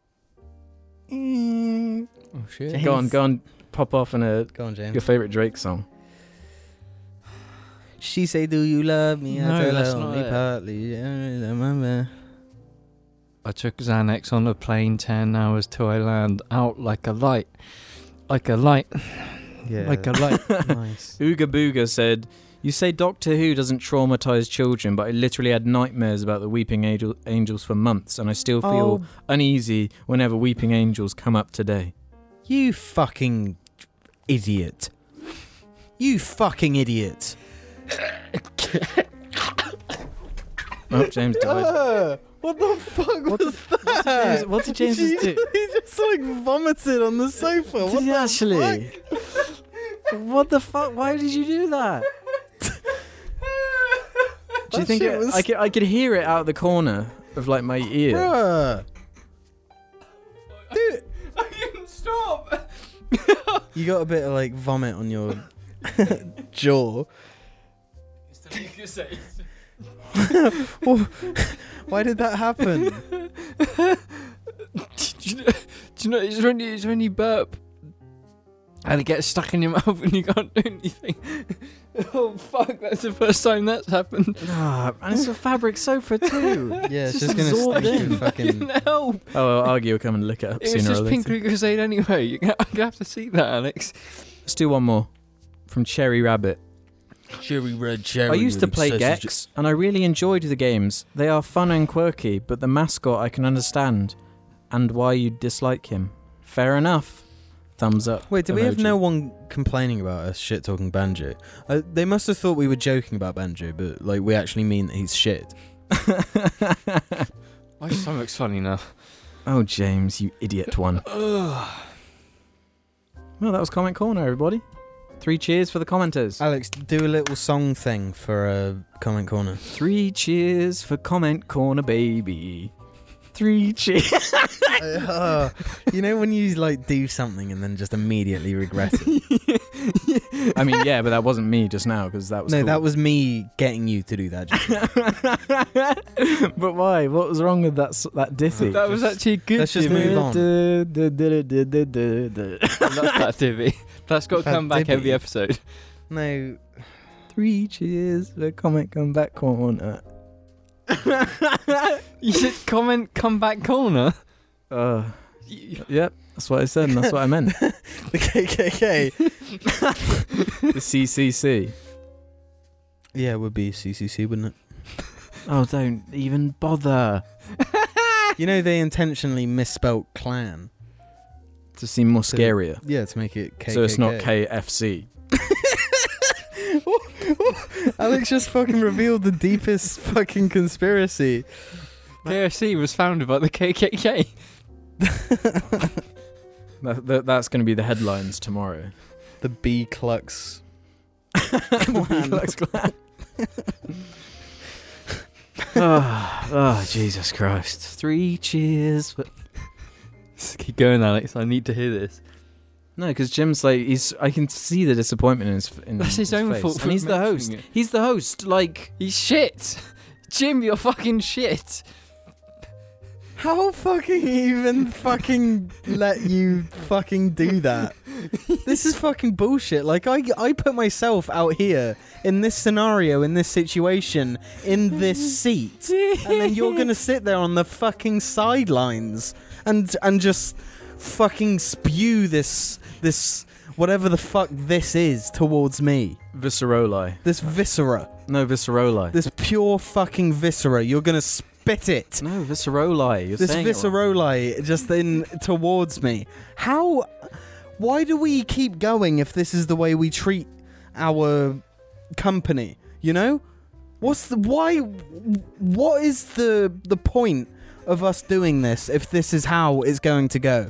[SPEAKER 2] Mm.
[SPEAKER 3] Oh shit.
[SPEAKER 2] Go on, go on, pop off on a
[SPEAKER 1] Go on, James.
[SPEAKER 2] your favorite Drake song.
[SPEAKER 1] She say, "Do you love me?"
[SPEAKER 4] No,
[SPEAKER 1] I tell
[SPEAKER 4] that's
[SPEAKER 1] her
[SPEAKER 4] not
[SPEAKER 1] only
[SPEAKER 4] it.
[SPEAKER 1] partly. Yeah,
[SPEAKER 4] I took Xanax on a plane 10 hours till I land out like a light. Like a light.
[SPEAKER 1] yeah.
[SPEAKER 4] Like a light.
[SPEAKER 1] nice.
[SPEAKER 2] Ooga Booga said, You say Doctor Who doesn't traumatize children, but I literally had nightmares about the Weeping Angel- Angels for months, and I still feel
[SPEAKER 1] Oh,
[SPEAKER 2] uneasy whenever Weeping Angels come up today.
[SPEAKER 1] You fucking idiot. You fucking idiot.
[SPEAKER 2] Oh, James died.
[SPEAKER 1] Ah, what the fuck
[SPEAKER 2] What
[SPEAKER 1] was that?
[SPEAKER 2] James- what did James
[SPEAKER 1] he,
[SPEAKER 2] just do?
[SPEAKER 1] He just like vomited on the sofa. What
[SPEAKER 2] Did
[SPEAKER 1] the
[SPEAKER 2] you actually? what the fuck? Why did you do that? Do you
[SPEAKER 1] That
[SPEAKER 2] think
[SPEAKER 1] shit
[SPEAKER 2] it,
[SPEAKER 1] was-
[SPEAKER 2] I could I could hear it out the corner of like my ear?
[SPEAKER 1] Bruh. Dude, You got a bit of like vomit on your jaw. Wha- Why did that happen?
[SPEAKER 3] do, you know, do you know? It's when you, it's when you burp and it gets stuck in your mouth and you can't do anything. oh fuck! That's the first time that's happened.
[SPEAKER 2] Ah, and it's a fabric sofa too.
[SPEAKER 1] Yeah, it's
[SPEAKER 2] Just
[SPEAKER 1] just, gonna
[SPEAKER 2] absorbed
[SPEAKER 1] stick your
[SPEAKER 2] in.
[SPEAKER 1] fucking.
[SPEAKER 3] No,
[SPEAKER 2] oh, well, Argy will come and lick it up
[SPEAKER 3] it was
[SPEAKER 2] sooner or
[SPEAKER 3] just
[SPEAKER 2] later.
[SPEAKER 3] pink crusade anyway. You're gonna, I'm gonna have to see that, Alex.
[SPEAKER 2] Let's do one more from Cherry Rabbit.
[SPEAKER 1] Cherry red cherry.
[SPEAKER 2] I used to play Gex, and I really enjoyed the games. They are fun and quirky, but the mascot I can understand, and why you dislike him. Fair enough. Thumbs up.
[SPEAKER 1] Wait, did we have
[SPEAKER 2] emoji.
[SPEAKER 1] no one complaining about us shit talking Banjo? Uh, they must have thought we were joking about Banjo, but like we actually mean that he's shit.
[SPEAKER 3] My stomach's funny now.
[SPEAKER 2] oh, James, you idiot one. Well, that was Comment Corner, everybody. Three cheers for the commenters.
[SPEAKER 1] Alex, do a little song thing for uh, comment corner.
[SPEAKER 2] Three cheers for Comment Corner, baby. Three cheers.
[SPEAKER 1] Uh, you know when you like do something and then just immediately regret it.
[SPEAKER 2] I mean, yeah, but that wasn't me just now because that was
[SPEAKER 1] no,
[SPEAKER 2] cool.
[SPEAKER 1] that was me getting you to do that. Just
[SPEAKER 2] but why? What was wrong with that s- that ditty?
[SPEAKER 3] That was actually good.
[SPEAKER 1] Let's just
[SPEAKER 3] Jimmy.
[SPEAKER 1] move on.
[SPEAKER 3] I love that Divi. That's got to
[SPEAKER 1] That
[SPEAKER 3] come back
[SPEAKER 1] Divi.
[SPEAKER 3] every episode.
[SPEAKER 1] no,
[SPEAKER 2] Three cheers for comment comeback corner.
[SPEAKER 3] You said comment comeback corner.
[SPEAKER 2] uh, yep, that's what I said. and That's what I meant.
[SPEAKER 1] the KKK.
[SPEAKER 2] the CCC.
[SPEAKER 1] yeah, it would be CCC, wouldn't
[SPEAKER 2] Oh, don't even bother.
[SPEAKER 1] it? You know they intentionally misspelt clan.
[SPEAKER 2] To seem more
[SPEAKER 1] So-
[SPEAKER 2] scarier,
[SPEAKER 1] Yeah, to make it KKK.
[SPEAKER 2] so it's not KFC.
[SPEAKER 1] Alex just fucking revealed the deepest fucking conspiracy.
[SPEAKER 3] KFC was founded by the KKK.
[SPEAKER 2] That, that, that's going to be the headlines tomorrow.
[SPEAKER 1] The B Clux.
[SPEAKER 2] The Ku Klux Klan. oh, oh, Jesus Christ. Three cheers. For...
[SPEAKER 3] Keep going, Alex. I need to hear this.
[SPEAKER 2] No, because Jim's like, he's. I can see the disappointment in his. In
[SPEAKER 3] That's his own
[SPEAKER 2] face.
[SPEAKER 3] fault for
[SPEAKER 2] And he's the host.
[SPEAKER 3] mentioning it.
[SPEAKER 2] He's the host. Like,
[SPEAKER 3] He's shit. Jim, you're fucking shit.
[SPEAKER 1] How fucking even fucking let you fucking do that? This is fucking bullshit. Like I I put myself out here in this scenario, in this situation, in this seat. And then you're gonna sit there on the fucking sidelines and and just fucking spew this this whatever the fuck this is towards me.
[SPEAKER 2] visceroli.
[SPEAKER 1] This viscera.
[SPEAKER 2] No, visceroli.
[SPEAKER 1] This pure fucking viscera. You're gonna spit it
[SPEAKER 2] no, visceroli. You're
[SPEAKER 1] this
[SPEAKER 2] saying it wrong.
[SPEAKER 1] visceroli just in towards me. How? Why do we keep going if this is the way we treat our company? You know, what's the why? What is the the point of us doing this if this is how it's going to go?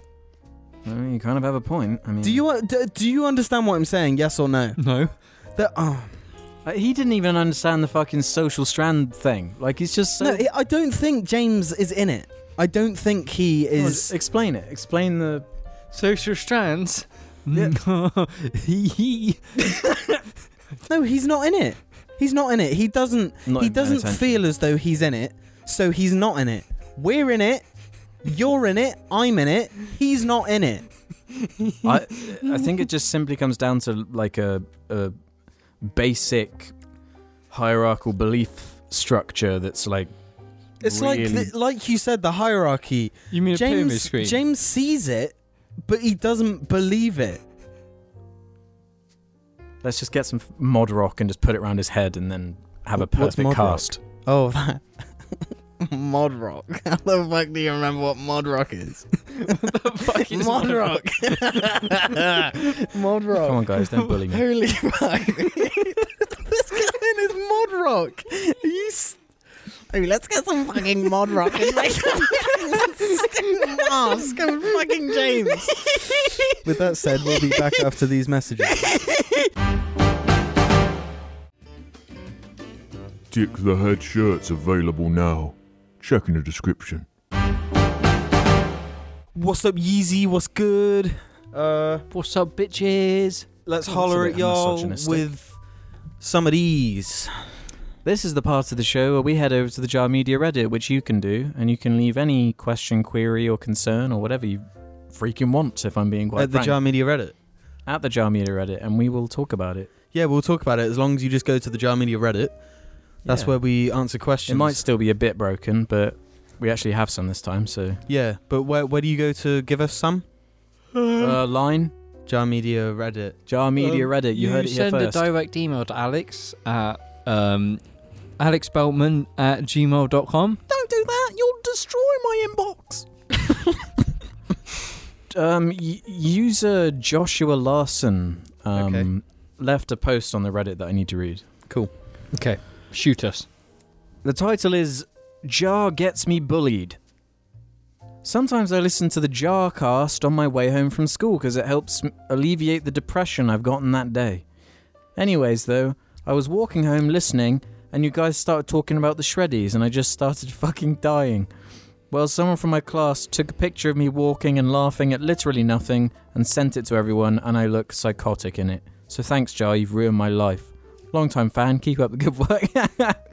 [SPEAKER 2] No, you kind of have a point. I mean,
[SPEAKER 1] Do you do, do you understand what I'm saying? Yes or no?
[SPEAKER 3] No.
[SPEAKER 1] That oh.
[SPEAKER 2] Like, he didn't even understand the fucking social strand thing. Like, he's just so.
[SPEAKER 1] no, I- I don't think James is in it. I don't think he
[SPEAKER 2] Come on,
[SPEAKER 1] is.
[SPEAKER 2] explain it. Explain the.
[SPEAKER 3] Social strands.
[SPEAKER 2] Yeah.
[SPEAKER 3] Hee hee.
[SPEAKER 1] No, he's not in it. He's not in it. He doesn't.
[SPEAKER 2] Not
[SPEAKER 1] he
[SPEAKER 2] even paying
[SPEAKER 1] doesn't
[SPEAKER 2] attention.
[SPEAKER 1] feel as though he's in it, so he's not in it. We're in it. You're in it. I'm in it. He's not in it.
[SPEAKER 2] I, I think it just simply comes down to like a, a basic hierarchical belief structure that's like
[SPEAKER 1] It's
[SPEAKER 2] Really?
[SPEAKER 1] like the, like you said, the hierarchy.
[SPEAKER 3] You mean a pyramid
[SPEAKER 1] James
[SPEAKER 3] screen?
[SPEAKER 1] James sees it, but he doesn't believe it.
[SPEAKER 2] let's just get some f- mod rock and just put it around his head and then have a
[SPEAKER 1] What's
[SPEAKER 2] perfect
[SPEAKER 1] mod rock?
[SPEAKER 2] cast.
[SPEAKER 1] Oh, that. Mod Rock. How the fuck do you remember what Mod Rock is?
[SPEAKER 3] fuck is
[SPEAKER 1] Mod
[SPEAKER 3] Mod
[SPEAKER 1] Rock. Mod Rock.
[SPEAKER 2] Come on, guys, don't bully me.
[SPEAKER 1] Holy fuck. this guy in his mod rock. Are you. s Oh, let's get some fucking mod rock and make a fucking mask of fucking James. With that said, we'll be back after these messages.
[SPEAKER 5] Dick the Head shirts available now. Check in the description.
[SPEAKER 1] What's up, Yeezy? What's good? Uh,
[SPEAKER 3] What's up, bitches?
[SPEAKER 1] let's
[SPEAKER 2] That's a
[SPEAKER 1] holler
[SPEAKER 2] bit
[SPEAKER 1] at y'all
[SPEAKER 2] misogynistic.
[SPEAKER 1] with some of these.
[SPEAKER 2] This is the part of the show where we head over to the Jar Media Reddit, which you can do, and you can leave any question, query, or concern, or whatever you freaking want, if I'm being quite
[SPEAKER 1] at the
[SPEAKER 2] frank,
[SPEAKER 1] Jar Media Reddit.
[SPEAKER 2] at the Jar Media Reddit, and we will talk about it.
[SPEAKER 1] Yeah, we'll talk about it as long as you just go to the Jar Media Reddit. That's
[SPEAKER 2] Yeah.
[SPEAKER 1] where we answer questions.
[SPEAKER 2] it might still be a bit broken, but we actually have some this time. So
[SPEAKER 1] yeah, but where where do you go to give us some?
[SPEAKER 2] uh, line
[SPEAKER 1] Jar Media Reddit.
[SPEAKER 2] Jar Media
[SPEAKER 4] Um,
[SPEAKER 2] Reddit, you, heard it here
[SPEAKER 4] send
[SPEAKER 2] first.
[SPEAKER 4] a direct email to Alex at um, alexbeltman at gmail.com.
[SPEAKER 2] Don't do that. You'll destroy my inbox. um, y- user Joshua Larson um,
[SPEAKER 1] Okay.
[SPEAKER 2] left a post on the Reddit that I need to read.
[SPEAKER 4] Shoot us.
[SPEAKER 2] The title is Jar Gets Me Bullied. Sometimes I listen to the Jar cast on my way home from school because it helps m- alleviate the depression I've gotten that day. Anyways, though, I was walking home listening and you guys started talking about the Shreddies and I just started fucking dying. Well, someone from my class took a picture of me walking and laughing at literally nothing and sent it to everyone and I look psychotic in it. So thanks, Jar, you've ruined my life. Long time fan, keep up the good work.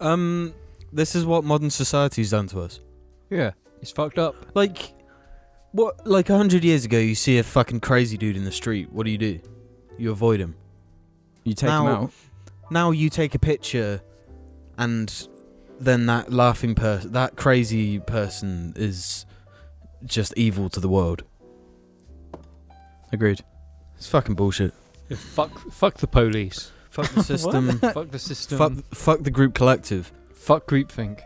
[SPEAKER 1] Um, this is what modern society's done to us.
[SPEAKER 4] Yeah, it's fucked up.
[SPEAKER 1] Like, what? Like a hundred years ago, you see a fucking crazy dude in the street. What do you do? You avoid him.
[SPEAKER 2] You take
[SPEAKER 1] Now-
[SPEAKER 2] them out.
[SPEAKER 1] Now you take a picture, and then that laughing person, that crazy person, is just evil to the world.
[SPEAKER 2] Agreed.
[SPEAKER 1] It's fucking bullshit.
[SPEAKER 4] Fuck, fuck the police.
[SPEAKER 1] Fuck the system.
[SPEAKER 4] fuck the system.
[SPEAKER 1] fuck,
[SPEAKER 4] Fuck,
[SPEAKER 1] fuck the group collective,
[SPEAKER 4] groupthink. Uh,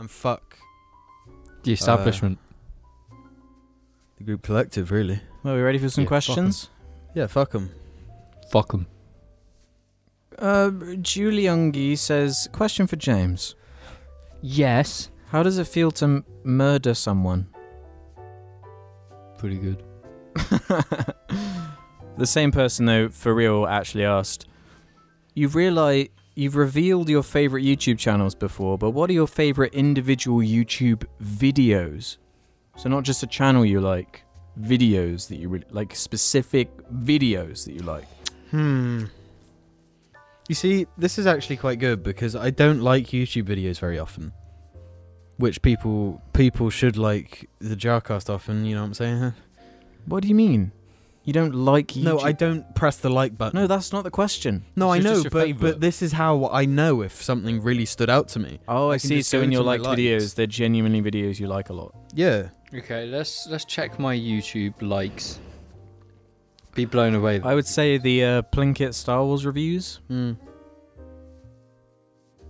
[SPEAKER 1] and fuck
[SPEAKER 4] The establishment.
[SPEAKER 1] the group collective. Really?
[SPEAKER 2] Well, we ready for some
[SPEAKER 4] Yeah, fuck 'em.
[SPEAKER 2] questions?
[SPEAKER 1] Yeah. Fuck them.
[SPEAKER 4] Fuck them.
[SPEAKER 2] Uh, Juliungi says, question for James.
[SPEAKER 3] Yes.
[SPEAKER 2] How does it feel to m- murder someone?
[SPEAKER 4] Pretty good.
[SPEAKER 2] the same person, though, for real, actually asked, you've realized you've revealed your favorite YouTube channels before, but what are your favorite individual YouTube videos? So not just a channel you like, videos that you really like, specific videos that you like.
[SPEAKER 1] Hmm. You see, this is actually quite good because I don't like YouTube videos very often. Which people people should like the Jarcast often, you know what I'm saying? huh?
[SPEAKER 2] What do you mean? You don't like YouTube?
[SPEAKER 1] No, I don't press the like button.
[SPEAKER 2] No, that's not the question.
[SPEAKER 1] no, I
[SPEAKER 4] It's just
[SPEAKER 1] know,
[SPEAKER 4] your
[SPEAKER 1] but
[SPEAKER 4] favourite.
[SPEAKER 1] but this is how I know if something really stood out to me.
[SPEAKER 2] Oh,
[SPEAKER 1] I
[SPEAKER 2] I,
[SPEAKER 1] can
[SPEAKER 2] see.
[SPEAKER 1] just
[SPEAKER 2] So
[SPEAKER 1] go
[SPEAKER 2] in your
[SPEAKER 1] into my
[SPEAKER 2] liked
[SPEAKER 1] likes.
[SPEAKER 2] videos, they're genuinely videos you like a lot.
[SPEAKER 1] Yeah.
[SPEAKER 4] Okay, let's let's check my YouTube likes. Be blown away.
[SPEAKER 2] I would say the uh, Plinkett Star Wars reviews.
[SPEAKER 1] Mm.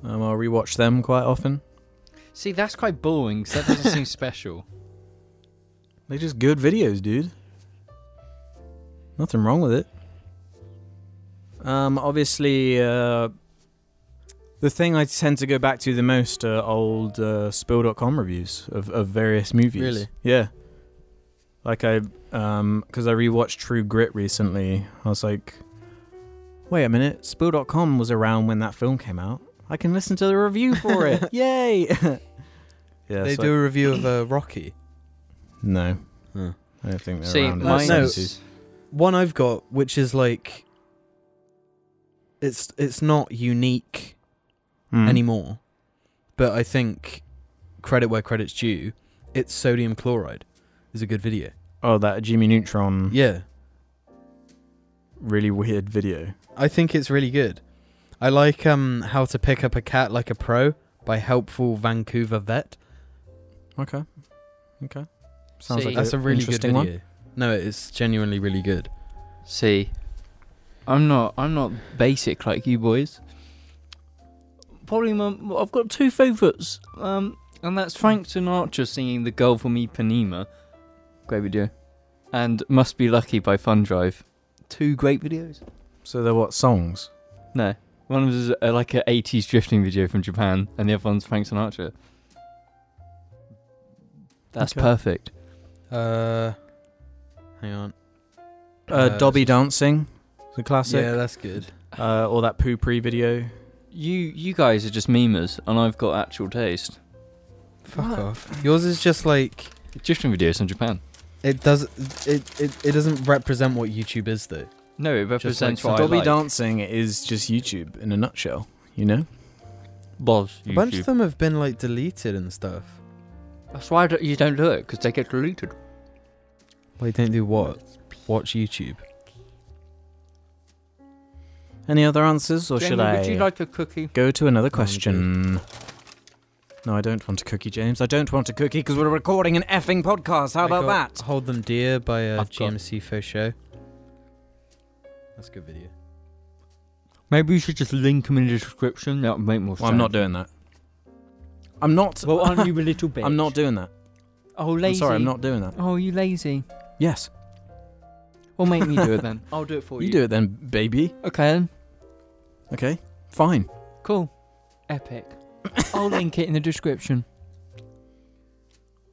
[SPEAKER 2] Um, I'll rewatch them quite often.
[SPEAKER 4] See, that's quite boring. 'cause that doesn't seem special.
[SPEAKER 2] They're just good videos, dude. Nothing wrong with it. Um, obviously, uh, the thing I tend to go back to the most are old uh, Spill.com reviews of, of various movies.
[SPEAKER 1] Really?
[SPEAKER 2] Yeah. Like I, um, because I rewatched True Grit recently. I was like, wait a minute, Spill.com was around when that film came out. I can listen to the review for it. Yay! yeah,
[SPEAKER 1] they
[SPEAKER 2] so-
[SPEAKER 1] do a review of uh, Rocky.
[SPEAKER 2] no.
[SPEAKER 1] Huh.
[SPEAKER 2] I don't think they're
[SPEAKER 4] See,
[SPEAKER 2] around. in
[SPEAKER 4] mine
[SPEAKER 2] the
[SPEAKER 1] No.
[SPEAKER 2] 70s.
[SPEAKER 1] One I've got which is like it's it's not unique
[SPEAKER 2] Mm.
[SPEAKER 1] anymore. But I think credit where credit's due, it's sodium chloride is a good video.
[SPEAKER 2] Oh, that Jimmy Neutron
[SPEAKER 1] Yeah.
[SPEAKER 2] really weird video.
[SPEAKER 1] I think it's really good. I like um How to Pick Up a Cat Like a Pro by Helpful Vancouver Vet.
[SPEAKER 2] Okay. Okay. Sounds
[SPEAKER 4] See,
[SPEAKER 2] like
[SPEAKER 1] That's a really good
[SPEAKER 2] interesting
[SPEAKER 1] video. No, it's genuinely really good.
[SPEAKER 3] See, I'm not. I'm not basic like you boys.
[SPEAKER 4] Probably, my, well, I've got two favourites, um, and that's Frank Sinatra singing "The Girl from Ipanema"
[SPEAKER 3] Great video.
[SPEAKER 4] and "Must Be Lucky" by Fun Drive. Two great videos.
[SPEAKER 2] one. So they're what songs?
[SPEAKER 4] No, one was uh, like a '80s drifting video from Japan, and the other one's Frank Sinatra. That's
[SPEAKER 2] Okay.
[SPEAKER 4] perfect.
[SPEAKER 1] Uh hang on.
[SPEAKER 2] Uh, Dobby dancing, the classic.
[SPEAKER 1] Yeah, that's good.
[SPEAKER 2] Uh, or that poo pre video.
[SPEAKER 4] You you guys are just memers, and I've got actual taste.
[SPEAKER 1] Fuck off. Yours is just like
[SPEAKER 4] Drifting videos from Japan.
[SPEAKER 1] It does. It, it it doesn't represent what YouTube is though.
[SPEAKER 4] No, it represents what I
[SPEAKER 2] Dobby
[SPEAKER 4] like.
[SPEAKER 2] dancing is just YouTube in a nutshell. You know,
[SPEAKER 4] Was
[SPEAKER 1] A bunch of
[SPEAKER 4] YouTube.
[SPEAKER 1] them have been like deleted and stuff.
[SPEAKER 4] That's why I don't- you don't do it because they get deleted.
[SPEAKER 1] Like don't do what? Watch YouTube.
[SPEAKER 2] any other answers, or
[SPEAKER 4] Jamie,
[SPEAKER 2] should
[SPEAKER 4] would
[SPEAKER 2] I Oh,
[SPEAKER 4] you like a cookie?
[SPEAKER 2] go to another
[SPEAKER 1] good.
[SPEAKER 2] question? No, I don't want a cookie, James. I don't want a cookie because we're recording an effing podcast. How
[SPEAKER 1] I
[SPEAKER 2] about
[SPEAKER 1] got
[SPEAKER 2] that?
[SPEAKER 1] Hold them dear by uh,
[SPEAKER 4] I've got-
[SPEAKER 1] GMC Faux Show. That's a good video.
[SPEAKER 4] Maybe you should just link them in the description. That would make more sense.
[SPEAKER 2] Well, I'm not doing that. I'm not.
[SPEAKER 4] Well, aren't you a little bitch?
[SPEAKER 2] I'm not doing that.
[SPEAKER 4] Oh, lazy.
[SPEAKER 2] I'm sorry, I'm not doing that.
[SPEAKER 4] Oh, you lazy.
[SPEAKER 2] Yes,
[SPEAKER 4] Well, make me do it then. I'll do it for you.
[SPEAKER 2] you do it then, baby.
[SPEAKER 4] Okay then.
[SPEAKER 2] Okay, fine.
[SPEAKER 4] Cool. Epic. I'll link it in the description.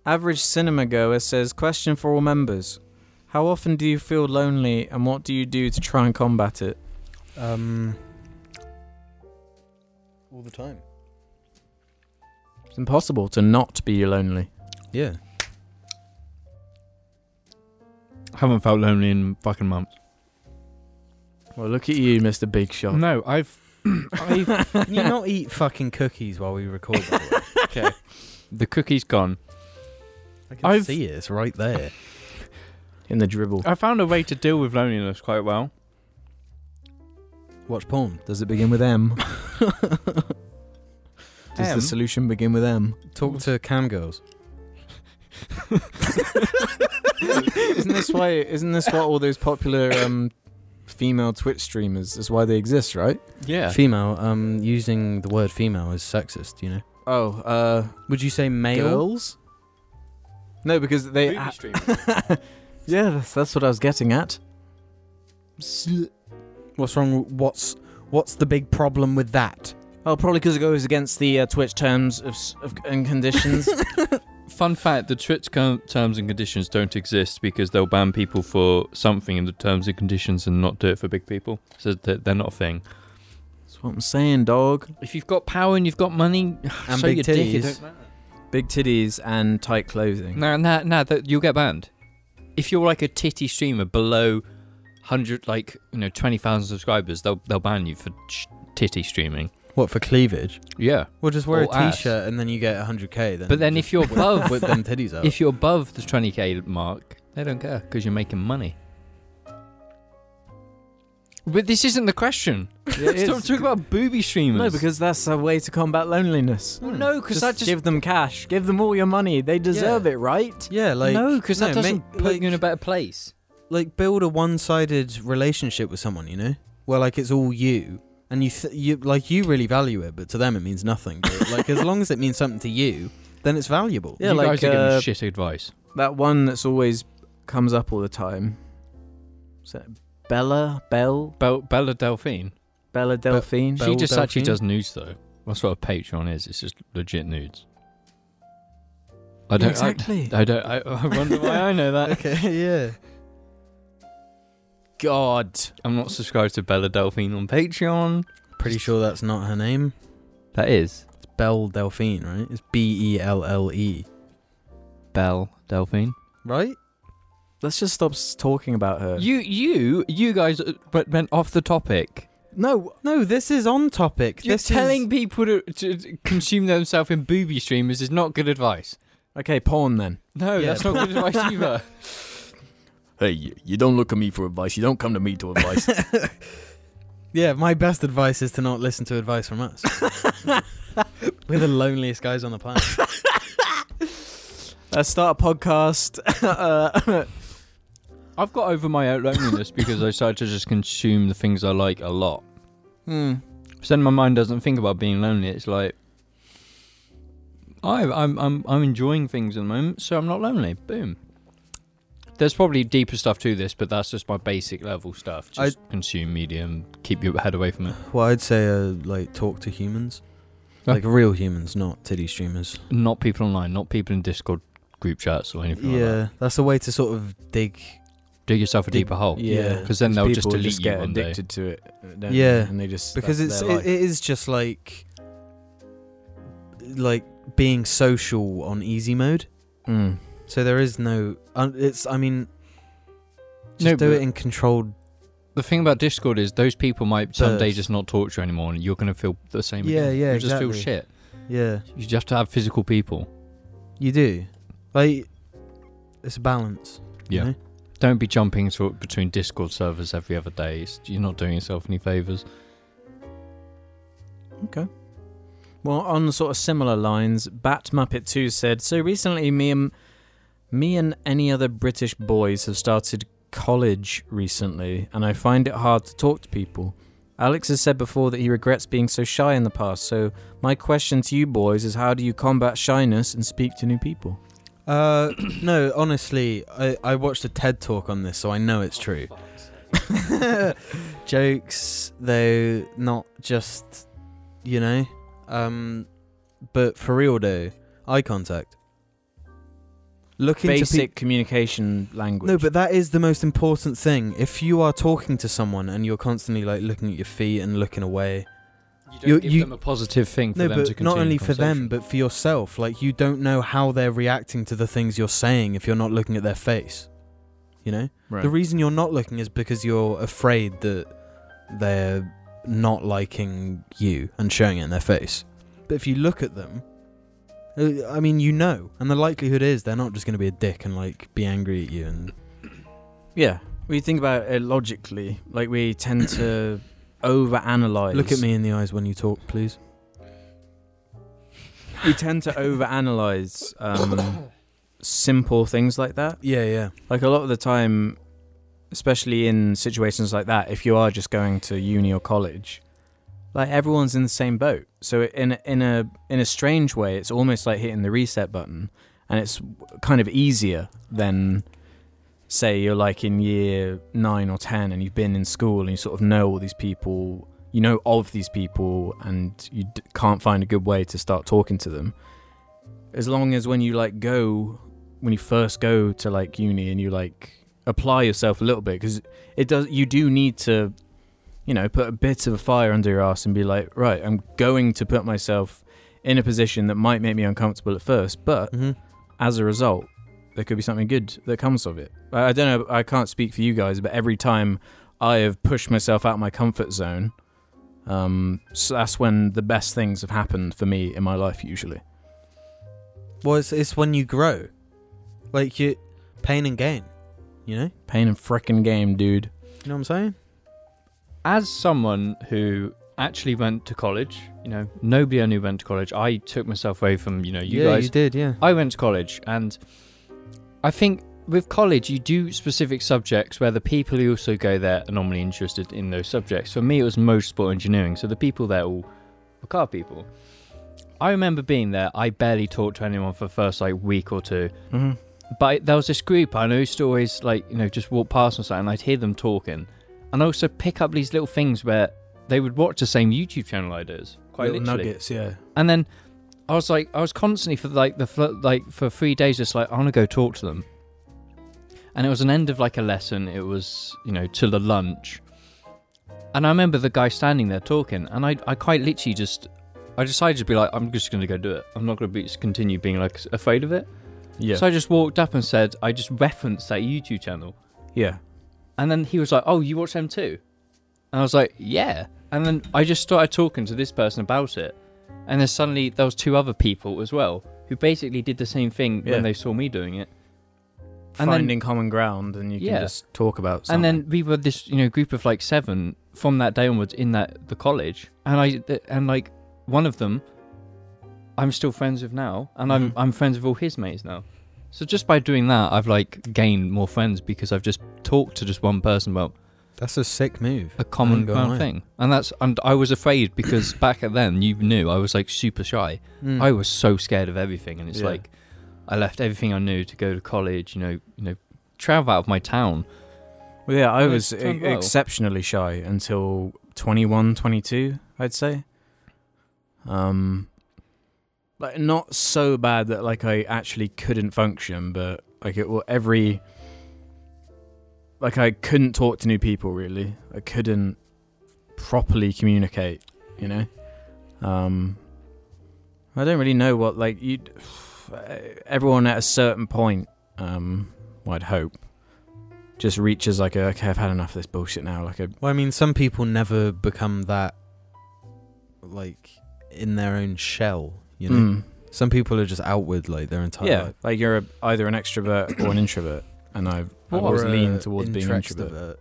[SPEAKER 2] Average cinema goer says, question for all members. How often do you feel lonely and what do you do to try and combat it?
[SPEAKER 1] Um. All the time.
[SPEAKER 2] It's impossible to not be lonely.
[SPEAKER 1] Yeah.
[SPEAKER 3] haven't felt lonely in fucking months.
[SPEAKER 2] Well, look at you, Mr. Big Shot.
[SPEAKER 3] No, I've.
[SPEAKER 1] Can you not eat fucking cookies while we record? by the way?
[SPEAKER 3] Okay. the cookie's gone.
[SPEAKER 1] I can
[SPEAKER 3] I've-
[SPEAKER 1] see it. It's right there.
[SPEAKER 2] In the dribble.
[SPEAKER 3] I found a way to deal with loneliness quite well.
[SPEAKER 1] Watch porn.
[SPEAKER 2] Does it begin with M? Does
[SPEAKER 3] M?
[SPEAKER 2] the solution begin with M?
[SPEAKER 1] Talk to cam girls.
[SPEAKER 2] isn't this why? Isn't this what all those popular um, female Twitch streamers is why they exist, right?
[SPEAKER 3] Yeah.
[SPEAKER 1] Female. Um, using the word female is sexist. You know.
[SPEAKER 2] Oh, uh,
[SPEAKER 1] Would you say male?
[SPEAKER 2] girls? No, because they.
[SPEAKER 3] Booby stream.
[SPEAKER 2] yeah, that's, that's what I was getting at.
[SPEAKER 1] What's wrong? with- What's what's the big problem with that?
[SPEAKER 2] Oh, probably because it goes against the uh, Twitch terms of, s- of and conditions.
[SPEAKER 3] Fun fact the Twitch com- terms and conditions don't exist because they'll ban people for something in the terms and conditions and not do it for big people. So they're, they're not a thing.
[SPEAKER 2] That's what I'm saying, dog.
[SPEAKER 3] If you've got power and you've got money,
[SPEAKER 1] And
[SPEAKER 3] show
[SPEAKER 1] big
[SPEAKER 3] your dick. It
[SPEAKER 1] titties.
[SPEAKER 3] don't matter.
[SPEAKER 2] Big titties and tight clothing.
[SPEAKER 3] No, no, no, that you'll get banned. If you're like a titty streamer below 100, like, you know, 20,000 subscribers, they'll, they'll ban you for sh- titty streaming.
[SPEAKER 1] What for cleavage?
[SPEAKER 3] Yeah.
[SPEAKER 1] Well, just wear
[SPEAKER 3] Or
[SPEAKER 1] a
[SPEAKER 3] ass.
[SPEAKER 1] t-shirt and then you get 100k. Then
[SPEAKER 3] But then
[SPEAKER 1] just
[SPEAKER 3] if you're
[SPEAKER 1] whip-
[SPEAKER 3] above-
[SPEAKER 1] whip them titties out.
[SPEAKER 3] If you're above the 20k mark, they don't care because you're making money. But this isn't the question. Stop talking about booby streamers.
[SPEAKER 2] No, because that's a way to combat loneliness.
[SPEAKER 3] Well, no, because
[SPEAKER 2] Just,
[SPEAKER 3] that just
[SPEAKER 2] give them cash. Give them all your money. They deserve it, right?
[SPEAKER 1] yeah, like
[SPEAKER 3] no, because that
[SPEAKER 1] ma-
[SPEAKER 3] doesn't put
[SPEAKER 1] like,
[SPEAKER 3] you in a better place.
[SPEAKER 1] like build a one-sided relationship with someone, you know, where like it's all you and you th- you like you really value it, but to them it means nothing. But like as long as it means something to you, then it's valuable.
[SPEAKER 2] Yeah,
[SPEAKER 3] you
[SPEAKER 2] like
[SPEAKER 3] guys are giving
[SPEAKER 2] uh,
[SPEAKER 3] shit advice.
[SPEAKER 2] that one that's always comes up all the time. Is that Bella, Bell,
[SPEAKER 3] Bel- Bella Delphine.
[SPEAKER 2] Bella Delphine.
[SPEAKER 1] Bell
[SPEAKER 3] she just actually
[SPEAKER 1] Delphine?
[SPEAKER 3] does nudes though. That's what a Patreon is. It's just legit nudes. I don't I-
[SPEAKER 2] exactly.
[SPEAKER 3] I, don't. I, I wonder why I know that.
[SPEAKER 1] Okay, yeah.
[SPEAKER 2] God,
[SPEAKER 3] I'm not subscribed to Bella Delphine on Patreon.
[SPEAKER 1] Pretty sure that's not her name.
[SPEAKER 3] That is
[SPEAKER 1] It's Belle Delphine, right? It's B E L L E,
[SPEAKER 3] Belle Delphine.
[SPEAKER 1] right?
[SPEAKER 2] let's just stop s- talking about her.
[SPEAKER 3] You, you, you guys uh, but went off the topic.
[SPEAKER 2] no,
[SPEAKER 1] No, this is on topic.
[SPEAKER 3] You're
[SPEAKER 1] this
[SPEAKER 3] telling
[SPEAKER 1] is...
[SPEAKER 3] people to, to consume themselves in booby streamers is not good advice.
[SPEAKER 2] okay, porn then.
[SPEAKER 3] No,
[SPEAKER 1] Yeah,
[SPEAKER 3] that's not good advice either.
[SPEAKER 5] Hey, you, you don't look at me for advice. You don't come to me to advice.
[SPEAKER 1] Yeah, my best advice is to not listen to advice from us. We're the loneliest guys on the planet.
[SPEAKER 2] Let's start a podcast. uh,
[SPEAKER 3] I've got over my out loneliness because I started to just consume the things I like a lot.
[SPEAKER 2] hmm.
[SPEAKER 3] So then my mind doesn't think about being lonely. It's like I, I'm I'm I'm enjoying things at the moment, so I'm not lonely. Boom. There's probably deeper stuff to this, but that's just my basic level stuff.
[SPEAKER 1] I-
[SPEAKER 3] Just consume media and keep your head away from it.
[SPEAKER 1] Well, I'd say uh, like talk to humans,
[SPEAKER 3] Huh?
[SPEAKER 1] like real humans, not titty streamers.
[SPEAKER 3] Not people online, not people in Discord group chats or anything like that.
[SPEAKER 1] Yeah, that's a way to sort of dig.
[SPEAKER 3] Dig yourself a
[SPEAKER 1] Dig-
[SPEAKER 3] deeper hole.
[SPEAKER 1] Yeah.
[SPEAKER 3] Because then they'll just
[SPEAKER 2] people
[SPEAKER 3] delete you
[SPEAKER 2] get
[SPEAKER 3] one day.
[SPEAKER 2] addicted to it. don't
[SPEAKER 1] Yeah,
[SPEAKER 2] they? and they just
[SPEAKER 1] because
[SPEAKER 2] that's
[SPEAKER 1] it's
[SPEAKER 2] their
[SPEAKER 1] it,
[SPEAKER 2] life.
[SPEAKER 1] it is just like like being social on easy mode.
[SPEAKER 2] Mm.
[SPEAKER 1] So there is no. Um, it's. I mean, just
[SPEAKER 3] No,
[SPEAKER 1] do it
[SPEAKER 3] but-
[SPEAKER 1] in controlled.
[SPEAKER 3] The thing about Discord is those people might someday
[SPEAKER 1] Burst.
[SPEAKER 3] just not talk to you anymore, and you're going to feel the same.
[SPEAKER 1] Yeah,
[SPEAKER 3] again.
[SPEAKER 1] yeah,
[SPEAKER 3] You just feel
[SPEAKER 1] exactly.
[SPEAKER 3] shit.
[SPEAKER 1] Yeah,
[SPEAKER 3] You just have to have physical people.
[SPEAKER 1] you do. Like, it's a balance. you
[SPEAKER 3] Yeah.
[SPEAKER 1] know?
[SPEAKER 3] Don't be jumping sort of between Discord servers every other day. It's, you're not doing yourself any favors.
[SPEAKER 2] Well, on sort of similar lines, Bat Muppet 2 said, So recently me and me and any other British boys have started college recently, and I find it hard to talk to people. Alex has said before that he regrets being so shy in the past, so my question to you boys is how do you combat shyness and speak to new people?
[SPEAKER 1] Uh, no, honestly, I, I watched a TED talk on this, so I know it's true. Jokes, though, not just, you know, um, but for real though, eye contact. Looking to
[SPEAKER 2] Basic communication language.
[SPEAKER 1] No, but that is the most important thing. If you are talking to someone and you're constantly like looking at your feet and looking away,
[SPEAKER 3] You
[SPEAKER 1] don't You- give you- them
[SPEAKER 3] a positive thing for
[SPEAKER 1] no,
[SPEAKER 3] them to
[SPEAKER 1] but
[SPEAKER 3] continue.
[SPEAKER 1] not only for them, but for yourself. Like you don't know how they're reacting to the things you're saying if you're not looking at their face. You know,
[SPEAKER 2] Right.
[SPEAKER 1] the reason you're not looking is because you're afraid that they're not liking you and showing it in their face. But if you look at them, uh, I mean, you know, and the likelihood is they're not just going to be a dick and like be angry at you and
[SPEAKER 2] yeah. We think about it logically. Like we tend to overanalyze.
[SPEAKER 1] look at me in the eyes when you talk, please.
[SPEAKER 2] we tend to overanalyze um, simple things like that.
[SPEAKER 1] Yeah, yeah.
[SPEAKER 2] Like a lot of the time, especially in situations like that, if you are just going to uni or college, like everyone's in the same boat. So in a, in a in a strange way, it's almost like hitting the reset button, and it's kind of easier than say you're like in year nine or ten and you've been in school and you sort of know all these people you know of these people and you d- can't find a good way to start talking to them as long as when you like go when you first go to like uni and you like apply yourself a little bit because it does you do need to you know put a bit of a fire under your ass and be like right i'm going to put myself in a position that might make me uncomfortable at first but
[SPEAKER 1] hmm
[SPEAKER 2] as a result, there could be something good that comes of it. I, I don't know. I can't speak for you guys, but every time I have pushed myself out of my comfort zone, um, so that's when the best things have happened for me in my life. Usually,
[SPEAKER 1] Well, it's, it's when you grow, like you, pain and gain. You know, you
[SPEAKER 2] pain and frickin' game, dude.
[SPEAKER 1] know what I'm saying?
[SPEAKER 3] as someone who actually went to college, you know, nobody I knew went to college. I took myself away from you know you
[SPEAKER 1] yeah,
[SPEAKER 3] guys.
[SPEAKER 1] you did, yeah.
[SPEAKER 3] I went to college, and I think with college you do specific subjects where the people who also go there are normally interested in those subjects. For me, it was motorsport engineering, so the people there all were car people. I remember being there. I barely talked to anyone for the first like week or two,
[SPEAKER 2] Mm-hmm.
[SPEAKER 3] but there was this group I know used to always like you know just walk past and something, and I'd hear them talking, and I also pick up these little things where they would watch the same YouTube channel I did, quite literally.
[SPEAKER 2] nuggets, yeah.
[SPEAKER 3] And then I was like, I was constantly for like the fl- like for three days just like I want to go talk to them. And it was an end of like a lesson. It was you know till the lunch, and I remember the guy standing there talking, and I I quite literally just. I decided to be like, I'm just going to go do it. I'm not going to be, just continue being like afraid of it.
[SPEAKER 2] Yeah,
[SPEAKER 3] So I just walked up and said, I just referenced that YouTube channel.
[SPEAKER 2] yeah.
[SPEAKER 3] And then he was like, Oh, you watch them too? And I was like, Yeah. And then I just started talking to this person about it. And then suddenly there was two other people as well who basically did the same thing
[SPEAKER 2] Yeah.
[SPEAKER 3] when they saw me doing it. And then-
[SPEAKER 2] Finding common ground, and you can
[SPEAKER 3] Yeah.
[SPEAKER 2] just talk about. Something.
[SPEAKER 3] And then we were this, you know, group of like seven from that day onwards in that the college. And I th- and like one of them I'm still friends with now and I'm
[SPEAKER 1] Mhm.
[SPEAKER 3] I'm friends with all his mates now. So just by doing that I've like gained more friends because I've just talked to just one person about
[SPEAKER 1] That's a sick move.
[SPEAKER 3] a common
[SPEAKER 1] go
[SPEAKER 3] ground
[SPEAKER 1] away.
[SPEAKER 3] thing. And that's and I was afraid because back at then you knew I was like super shy.
[SPEAKER 1] Mm.
[SPEAKER 3] I was so scared of everything and it's
[SPEAKER 2] Yeah.
[SPEAKER 3] like I left everything I knew to go to college, you know, you know, travel out of my town.
[SPEAKER 2] Well, yeah, I
[SPEAKER 3] And
[SPEAKER 2] was
[SPEAKER 3] it's
[SPEAKER 2] e-
[SPEAKER 3] done well.
[SPEAKER 2] exceptionally shy until 21, 22, I'd say. Um, like not so bad that like I actually couldn't function, but like it well, every like I couldn't talk to new people really. I couldn't properly communicate, you know. Um, I don't really know what like you. Everyone at a certain point um, well, I'd hope, just reaches like, a, okay, I've had enough of this bullshit now. Like, a,
[SPEAKER 1] Well, I mean, some people never become that, like, in their own shell. You know,
[SPEAKER 2] Mm.
[SPEAKER 1] some people are just outward like their entire
[SPEAKER 2] yeah,
[SPEAKER 1] life.
[SPEAKER 2] like you're a, either an extrovert or an introvert, and I've I
[SPEAKER 1] Or
[SPEAKER 2] always
[SPEAKER 1] a
[SPEAKER 2] leaned towards being an introvert.
[SPEAKER 1] intraextrovert.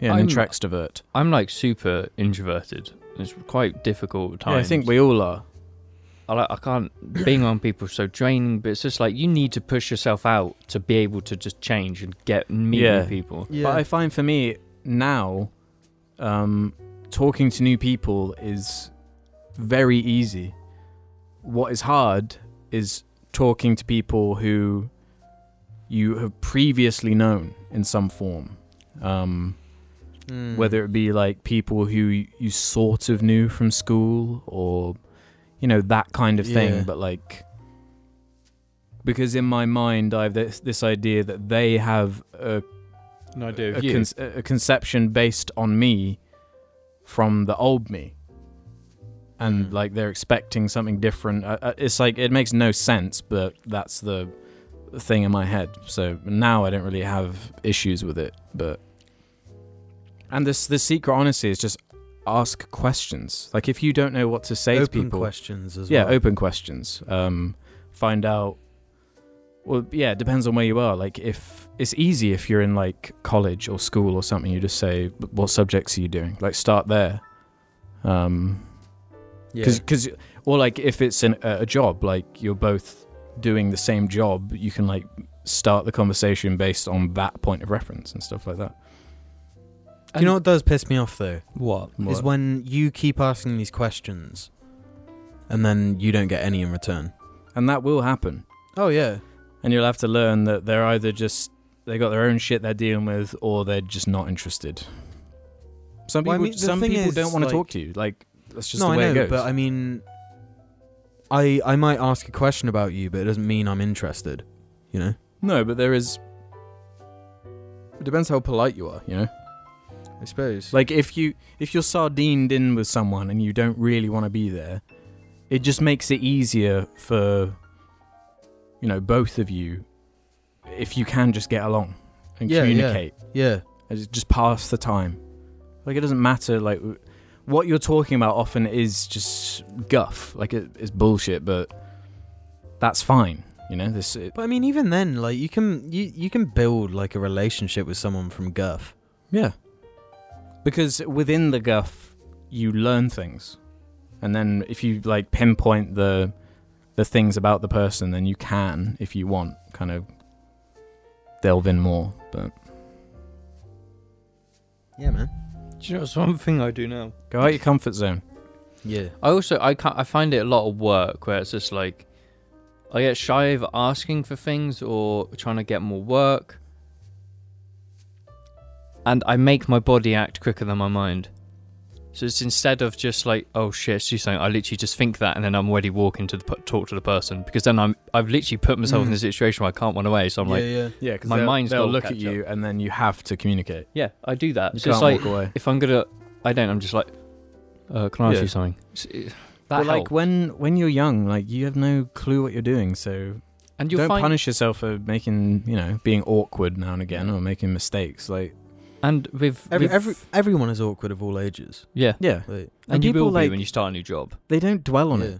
[SPEAKER 2] Yeah, an
[SPEAKER 3] I'm-
[SPEAKER 2] intraextrovert.
[SPEAKER 3] I'm like super introverted. It's quite difficult at
[SPEAKER 2] Yeah, I
[SPEAKER 3] times.
[SPEAKER 2] think we all are.
[SPEAKER 3] I, like, I can't being on people is so draining, but it's just like you need to push yourself out to be able to just change and get meeting
[SPEAKER 2] Yeah.
[SPEAKER 3] people.
[SPEAKER 1] Yeah.
[SPEAKER 2] But I find for me now, um, talking to new people is very easy. What is hard is talking to people who you have previously known in some form. Um,
[SPEAKER 1] Mm.
[SPEAKER 2] Whether it be like people who you sort of knew from school or, you know, that kind of thing.
[SPEAKER 1] Yeah.
[SPEAKER 2] But like, because in my mind, I have this, this idea that they have a
[SPEAKER 4] And I do.
[SPEAKER 2] a, con- a conception based on me from the old me and
[SPEAKER 1] Mm.
[SPEAKER 2] like they're expecting something different Uh, uh, it's like it makes no sense but that's the thing in my head so now i don't really have issues with it but and this the secret honestly is just ask questions like if you don't know what to say to
[SPEAKER 1] open
[SPEAKER 2] people
[SPEAKER 1] questions as
[SPEAKER 2] yeah
[SPEAKER 1] well.
[SPEAKER 2] open questions um find out well yeah it depends on where you are like if it's easy if you're in like college or school or something you just say "But what subjects are you doing like start there um because or like if it's an, a a job like you're both doing the same job you can like start the conversation based on that point of reference and stuff like that
[SPEAKER 1] you know what does piss me off though
[SPEAKER 4] What?
[SPEAKER 1] is when you keep asking these questions, and then you don't get any in return.
[SPEAKER 2] and that will happen
[SPEAKER 1] Oh yeah.
[SPEAKER 2] and you'll have to learn that they're either just they got their own shit they're dealing with or they're just not interested some people
[SPEAKER 1] Well, I mean, the
[SPEAKER 2] some
[SPEAKER 1] thing
[SPEAKER 2] people
[SPEAKER 1] is,
[SPEAKER 2] don't want
[SPEAKER 1] like-
[SPEAKER 2] to talk to you like that's just
[SPEAKER 1] no,
[SPEAKER 2] the way
[SPEAKER 1] I know,
[SPEAKER 2] it goes
[SPEAKER 1] but I mean, I I might ask a question about you, but it doesn't mean I'm interested. You know.
[SPEAKER 2] no but there is it depends how polite you are you know
[SPEAKER 1] I suppose.
[SPEAKER 2] like if you if you're sardined in with someone and you don't really want to be there it just makes it easier for you know both of you if you can just get along and
[SPEAKER 1] Yeah, yeah.
[SPEAKER 2] communicate
[SPEAKER 1] yeah.
[SPEAKER 2] and just- just pass the time. Like it doesn't matter. Like w- what you're talking about often is just guff. Like it, it's bullshit, but that's fine. You know this. It,
[SPEAKER 1] But I mean, even then, like you can you you can build like a relationship with someone from guff.
[SPEAKER 2] yeah, because within the guff, you learn things, and then if you like pinpoint the the things about the person, then you can, if you want, kind of delve in more. But
[SPEAKER 1] Yeah, man.
[SPEAKER 4] Do you know what's one thing I do now?
[SPEAKER 2] go out your comfort zone.
[SPEAKER 1] Yeah.
[SPEAKER 3] I also I can't, I find it a lot of work where it's just like I get shy of asking for things or trying to get more work, and I make my body act quicker than my mind. So it's instead of just like oh shit she's saying I literally just think that and then I'm already walking to the, p- talk to the person because then I'm I've literally put myself in
[SPEAKER 1] Mm.
[SPEAKER 3] a situation where I can't run away so I'm
[SPEAKER 1] yeah,
[SPEAKER 3] like
[SPEAKER 1] yeah.
[SPEAKER 2] Yeah, because
[SPEAKER 3] My
[SPEAKER 2] they'll,
[SPEAKER 3] mind's
[SPEAKER 2] they'll
[SPEAKER 3] gotta
[SPEAKER 2] look
[SPEAKER 3] catch
[SPEAKER 2] at you, and then you have to communicate.
[SPEAKER 3] yeah I do that
[SPEAKER 2] You
[SPEAKER 3] so it's
[SPEAKER 2] can't
[SPEAKER 3] like
[SPEAKER 2] walk away.
[SPEAKER 3] if I'm gonna I don't I'm just like uh, can I ask
[SPEAKER 2] Yeah.
[SPEAKER 3] you something that
[SPEAKER 2] Well,
[SPEAKER 3] helps.
[SPEAKER 2] like when when you're young, like you have no clue what you're doing, so
[SPEAKER 3] and you'll
[SPEAKER 2] don't
[SPEAKER 3] find
[SPEAKER 2] punish yourself for making you know being awkward now and again or making mistakes. Like
[SPEAKER 3] and with
[SPEAKER 1] Every,
[SPEAKER 3] with-
[SPEAKER 1] every everyone is awkward of all ages.
[SPEAKER 3] yeah
[SPEAKER 2] yeah,
[SPEAKER 1] Like,
[SPEAKER 2] And
[SPEAKER 3] And, you
[SPEAKER 2] people,
[SPEAKER 3] will
[SPEAKER 2] like-
[SPEAKER 3] be when you start a new job.
[SPEAKER 2] they don't dwell on
[SPEAKER 1] yeah.
[SPEAKER 2] it.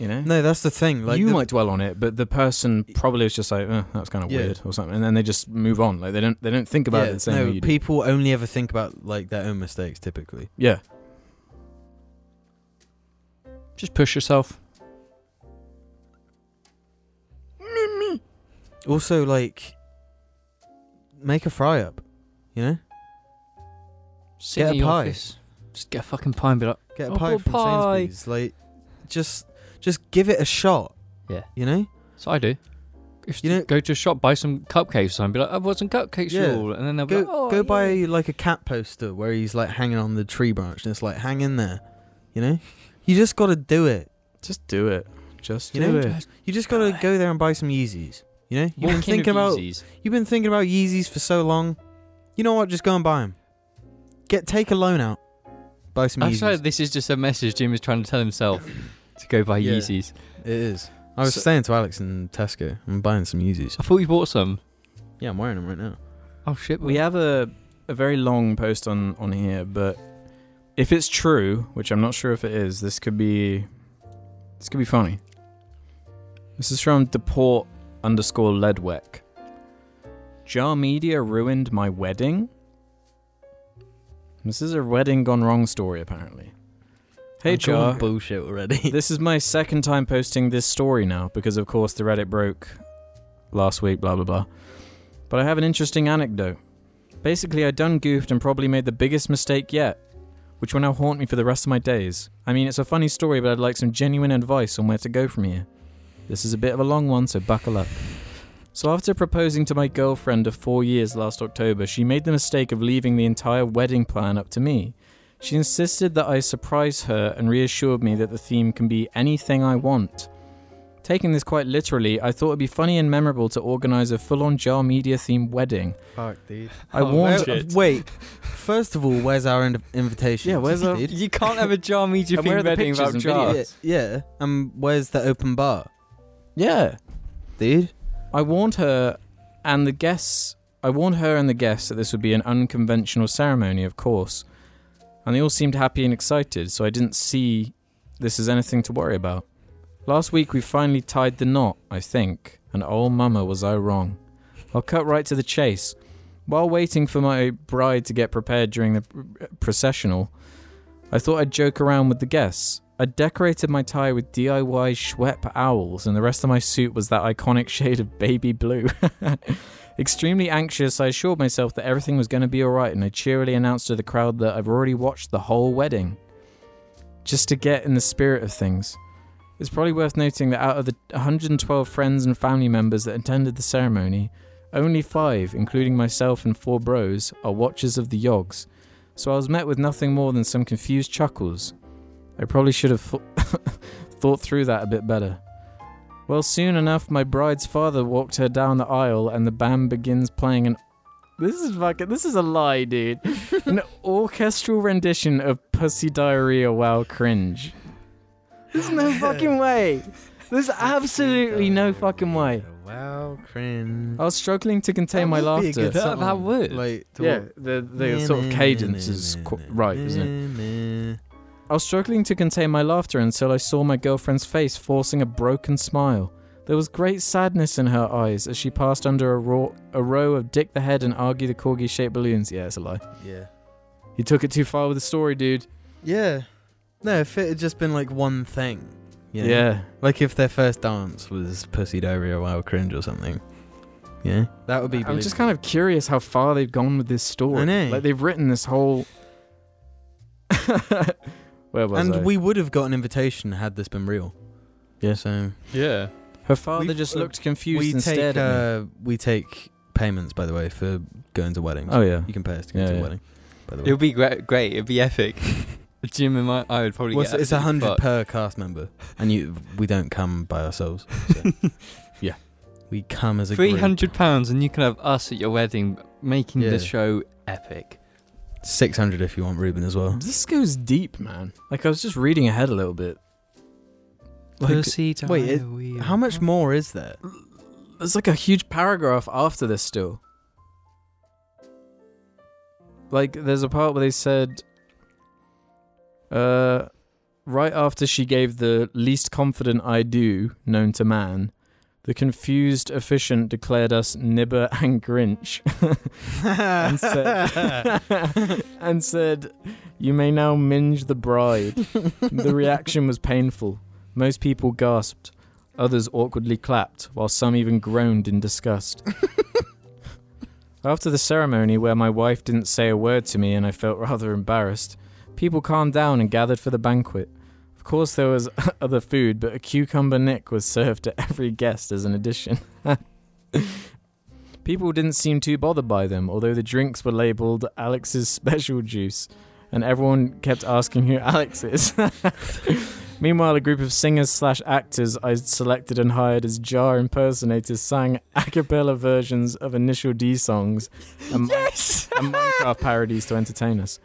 [SPEAKER 2] You know,
[SPEAKER 1] No, that's the thing. Like
[SPEAKER 2] you
[SPEAKER 1] the-
[SPEAKER 2] might dwell on it, but the person probably was just like, oh, that's kind of
[SPEAKER 1] Yeah.
[SPEAKER 2] weird or something, and then they just move on. Like they don't they don't think about
[SPEAKER 1] yeah,
[SPEAKER 2] it the same
[SPEAKER 1] no,
[SPEAKER 2] way you do.
[SPEAKER 1] people only ever think about like their own mistakes typically.
[SPEAKER 2] yeah,
[SPEAKER 3] Just push yourself.
[SPEAKER 1] Also, like, make a fry up. You know,
[SPEAKER 3] Sit
[SPEAKER 1] Get
[SPEAKER 3] in
[SPEAKER 1] a
[SPEAKER 3] your
[SPEAKER 1] pie.
[SPEAKER 3] office. Just get a fucking pie and be like,
[SPEAKER 1] get a
[SPEAKER 3] Oh,
[SPEAKER 1] pie
[SPEAKER 3] but
[SPEAKER 1] from
[SPEAKER 3] pie.
[SPEAKER 1] Sainsbury's. Like, just just give it a shot.
[SPEAKER 3] Yeah.
[SPEAKER 1] You know.
[SPEAKER 3] so I do. If
[SPEAKER 1] You
[SPEAKER 3] you
[SPEAKER 1] know-
[SPEAKER 3] go to a shop, buy some cupcakes or something. Be like, I want some cupcakes
[SPEAKER 1] Yeah.
[SPEAKER 3] for you all. And then they'll
[SPEAKER 1] Go
[SPEAKER 3] be like, oh,
[SPEAKER 1] go
[SPEAKER 3] yeah.
[SPEAKER 1] buy like a cat poster where he's like hanging on the tree branch and it's like hang in there, you know. You just got to do it.
[SPEAKER 2] just do it. Just
[SPEAKER 1] You
[SPEAKER 2] do
[SPEAKER 1] know,
[SPEAKER 2] it.
[SPEAKER 3] Just
[SPEAKER 1] You just got to go there and buy some Yeezys. You know, you've
[SPEAKER 3] walk
[SPEAKER 1] been
[SPEAKER 3] in
[SPEAKER 1] thinking
[SPEAKER 3] with
[SPEAKER 1] about
[SPEAKER 3] Yeezys.
[SPEAKER 1] you've been thinking about Yeezys for so long. You know what? Just go and buy them. Get take a loan out, buy some
[SPEAKER 3] I
[SPEAKER 1] Yeezys.
[SPEAKER 3] feel like this is just a message Jim is trying to tell himself to go buy
[SPEAKER 1] Yeah.
[SPEAKER 3] Yeezys.
[SPEAKER 1] it is. I was
[SPEAKER 3] So-
[SPEAKER 1] saying to Alex in Tesco, I'm buying some Yeezys.
[SPEAKER 3] I thought you bought some.
[SPEAKER 1] Yeah, I'm wearing them right now.
[SPEAKER 3] Oh shit!
[SPEAKER 2] We have a a very long post on on here, but if it's true, which I'm not sure if it is, this could be this could be funny. This is from deport underscore ledweck. Jar Media ruined my wedding. This is a wedding gone wrong story, apparently. Hey
[SPEAKER 4] I'm calling
[SPEAKER 2] Jar,
[SPEAKER 4] bullshit already.
[SPEAKER 2] this is my second time posting this story now because, of course, the Reddit broke last week, blah, blah, blah. But I have an interesting anecdote. Basically, I done goofed and probably made the biggest mistake yet, which will now haunt me for the rest of my days. I mean, it's a funny story, but I'd like some genuine advice on where to go from here. This is a bit of a long one, so buckle up. So, after proposing to my girlfriend of four years last October, she made the mistake of leaving the entire wedding plan up to me. She insisted that I surprise her and reassured me that the theme can be anything I want. Taking this quite literally, I thought it'd be funny and memorable to organize a full on jar media themed wedding.
[SPEAKER 1] Fuck, dude.
[SPEAKER 2] I
[SPEAKER 3] Oh,
[SPEAKER 2] warned
[SPEAKER 3] shit.
[SPEAKER 1] wait. First of all, where's our in- invitation?
[SPEAKER 2] Yeah, where's our-
[SPEAKER 1] dude?
[SPEAKER 3] You can't have a jar media
[SPEAKER 2] And where are
[SPEAKER 3] thing
[SPEAKER 2] the
[SPEAKER 3] wedding
[SPEAKER 2] pictures
[SPEAKER 3] without
[SPEAKER 2] and
[SPEAKER 3] jar.
[SPEAKER 2] videos?
[SPEAKER 1] Yeah, yeah. Um, where's the open bar,
[SPEAKER 2] Yeah.
[SPEAKER 1] dude?
[SPEAKER 2] I warned her and the guests I warned her and the guests that this would be an unconventional ceremony, of course. And they all seemed happy and excited, so I didn't see this as anything to worry about. Last week we finally tied the knot, I think, and oh mama was I wrong. I'll cut right to the chase. While waiting for my bride to get prepared during the pr- processional, I thought I'd joke around with the guests. I decorated my tie with DIY Schwepp owls, and the rest of my suit was that iconic shade of baby blue. Extremely anxious, I assured myself that everything was going to be alright, and I cheerily announced to the crowd that I've already watched the whole wedding. Just to get in the spirit of things. It's probably worth noting that out of the 112 friends and family members that attended the ceremony, only five, including myself and four bros, are watchers of the Yogs, so I was met with nothing more than some confused chuckles. I probably should have thou- thought through that a bit better. Well, soon enough, my bride's father walked her down the aisle, and the band begins playing an. This is fucking. This is a lie, dude. an orchestral rendition of "Pussy Diarrhea." Wow, cringe. There's no fucking way. There's absolutely no fucking way.
[SPEAKER 1] Wow, cringe.
[SPEAKER 2] I was struggling to contain my laughter.
[SPEAKER 1] That,
[SPEAKER 3] That- that would.
[SPEAKER 1] Like, to
[SPEAKER 2] yeah,
[SPEAKER 1] walk-
[SPEAKER 2] the the sort of cadence is qu- right, isn't it?
[SPEAKER 1] it?
[SPEAKER 2] I was struggling to contain my laughter until I saw my girlfriend's face forcing a broken smile. There was great sadness in her eyes as she passed under a, raw, a row of Dick the Head and Argy the Corgi shaped balloons. Yeah, it's a lie.
[SPEAKER 1] Yeah.
[SPEAKER 2] He took it too far with the story, dude.
[SPEAKER 1] Yeah. No, if it had just been like one thing. you
[SPEAKER 2] Yeah.
[SPEAKER 1] know? Like if their first dance was Pussy Diarrhea Wild Cringe or something. Yeah. That would be
[SPEAKER 2] I'm just kind of curious how far they've gone with this story.
[SPEAKER 1] I know.
[SPEAKER 2] Like they've written this whole. Where was
[SPEAKER 1] And
[SPEAKER 2] I?
[SPEAKER 1] we would have got an invitation had this been real.
[SPEAKER 2] Yeah.
[SPEAKER 1] So
[SPEAKER 3] Yeah.
[SPEAKER 2] Her father
[SPEAKER 1] We've-
[SPEAKER 2] just
[SPEAKER 1] uh,
[SPEAKER 2] looked confused
[SPEAKER 1] we
[SPEAKER 2] and
[SPEAKER 1] take
[SPEAKER 2] stared at me.
[SPEAKER 1] uh, we take payments by the way for going to weddings.
[SPEAKER 2] Oh yeah.
[SPEAKER 1] uh, You can pay us to go
[SPEAKER 2] Yeah,
[SPEAKER 1] to a
[SPEAKER 2] yeah.
[SPEAKER 1] wedding. By the
[SPEAKER 3] It
[SPEAKER 1] way,
[SPEAKER 3] would be great. Great. It'd be epic. Jim and my, I would probably
[SPEAKER 1] What's-
[SPEAKER 3] get.
[SPEAKER 1] it's a hundred per
[SPEAKER 3] absolutely
[SPEAKER 1] cast member, and you we don't come by ourselves. So. yeah, we come as a
[SPEAKER 3] fucked.
[SPEAKER 1] group.
[SPEAKER 3] Three hundred pounds, and you can have us at your wedding, making
[SPEAKER 1] Yeah.
[SPEAKER 3] the show epic.
[SPEAKER 1] Six hundred if you want Ruben as well.
[SPEAKER 2] This goes deep, man. Like I was just reading ahead a little bit. Like,
[SPEAKER 3] Pussy
[SPEAKER 1] wait, it-
[SPEAKER 3] diarrhea.
[SPEAKER 1] How much more is there?
[SPEAKER 2] there's like a huge paragraph after this still. Like there's a part where they said uh right after she gave the least confident I do known to man, the confused efficient declared us nibber and grinch and said and said you may now minge the bride. the reaction was painful. Most people gasped, others awkwardly clapped, while some even groaned in disgust. After the ceremony, where my wife didn't say a word to me and I felt rather embarrassed, people calmed down and gathered for the banquet. Of course, there was other food, but a cucumber nick was served to every guest as an addition. people didn't seem too bothered by them, although the drinks were labeled Alex's special juice and everyone kept asking who Alex is. Meanwhile, a group of singers slash actors I selected and hired as jar impersonators sang a cappella versions of Initial D songs and, and Minecraft parodies to entertain us.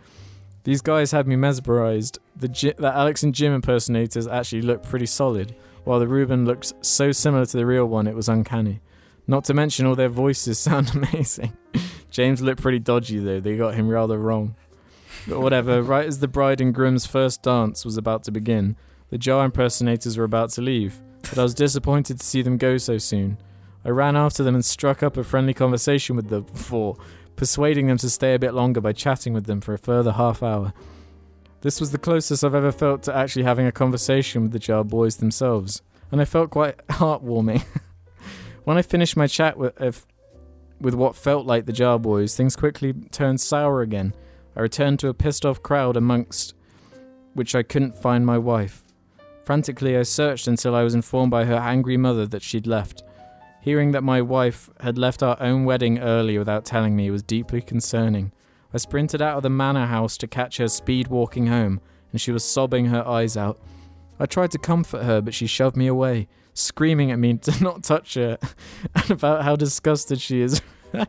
[SPEAKER 2] These guys had me mesmerized. The, Ji- the Alex and Jim impersonators actually looked pretty solid, while the Ruben looks so similar to the real one it was uncanny. Not to mention all their voices sound amazing. James looked pretty dodgy though, they got him rather wrong. But whatever, right as the bride and groom's first dance was about to begin, the jar impersonators were about to leave, but I was disappointed to see them go so soon. I ran after them and struck up a friendly conversation with the four, persuading them to stay a bit longer by chatting with them for a further half hour. This was the closest I've ever felt to actually having a conversation with the jar boys themselves, and I felt quite heartwarming. when I finished my chat with, if- with what felt like the jar boys, things quickly turned sour again. I returned to a pissed off crowd amongst which I couldn't find my wife. Frantically, I searched until I was informed by her angry mother that she'd left. Hearing that my wife had left our own wedding early without telling me was deeply concerning. I sprinted out of the manor house to catch her speed walking home, and she was sobbing her eyes out. I tried to comfort her, but she shoved me away, screaming at me to not touch her, and about how disgusted she is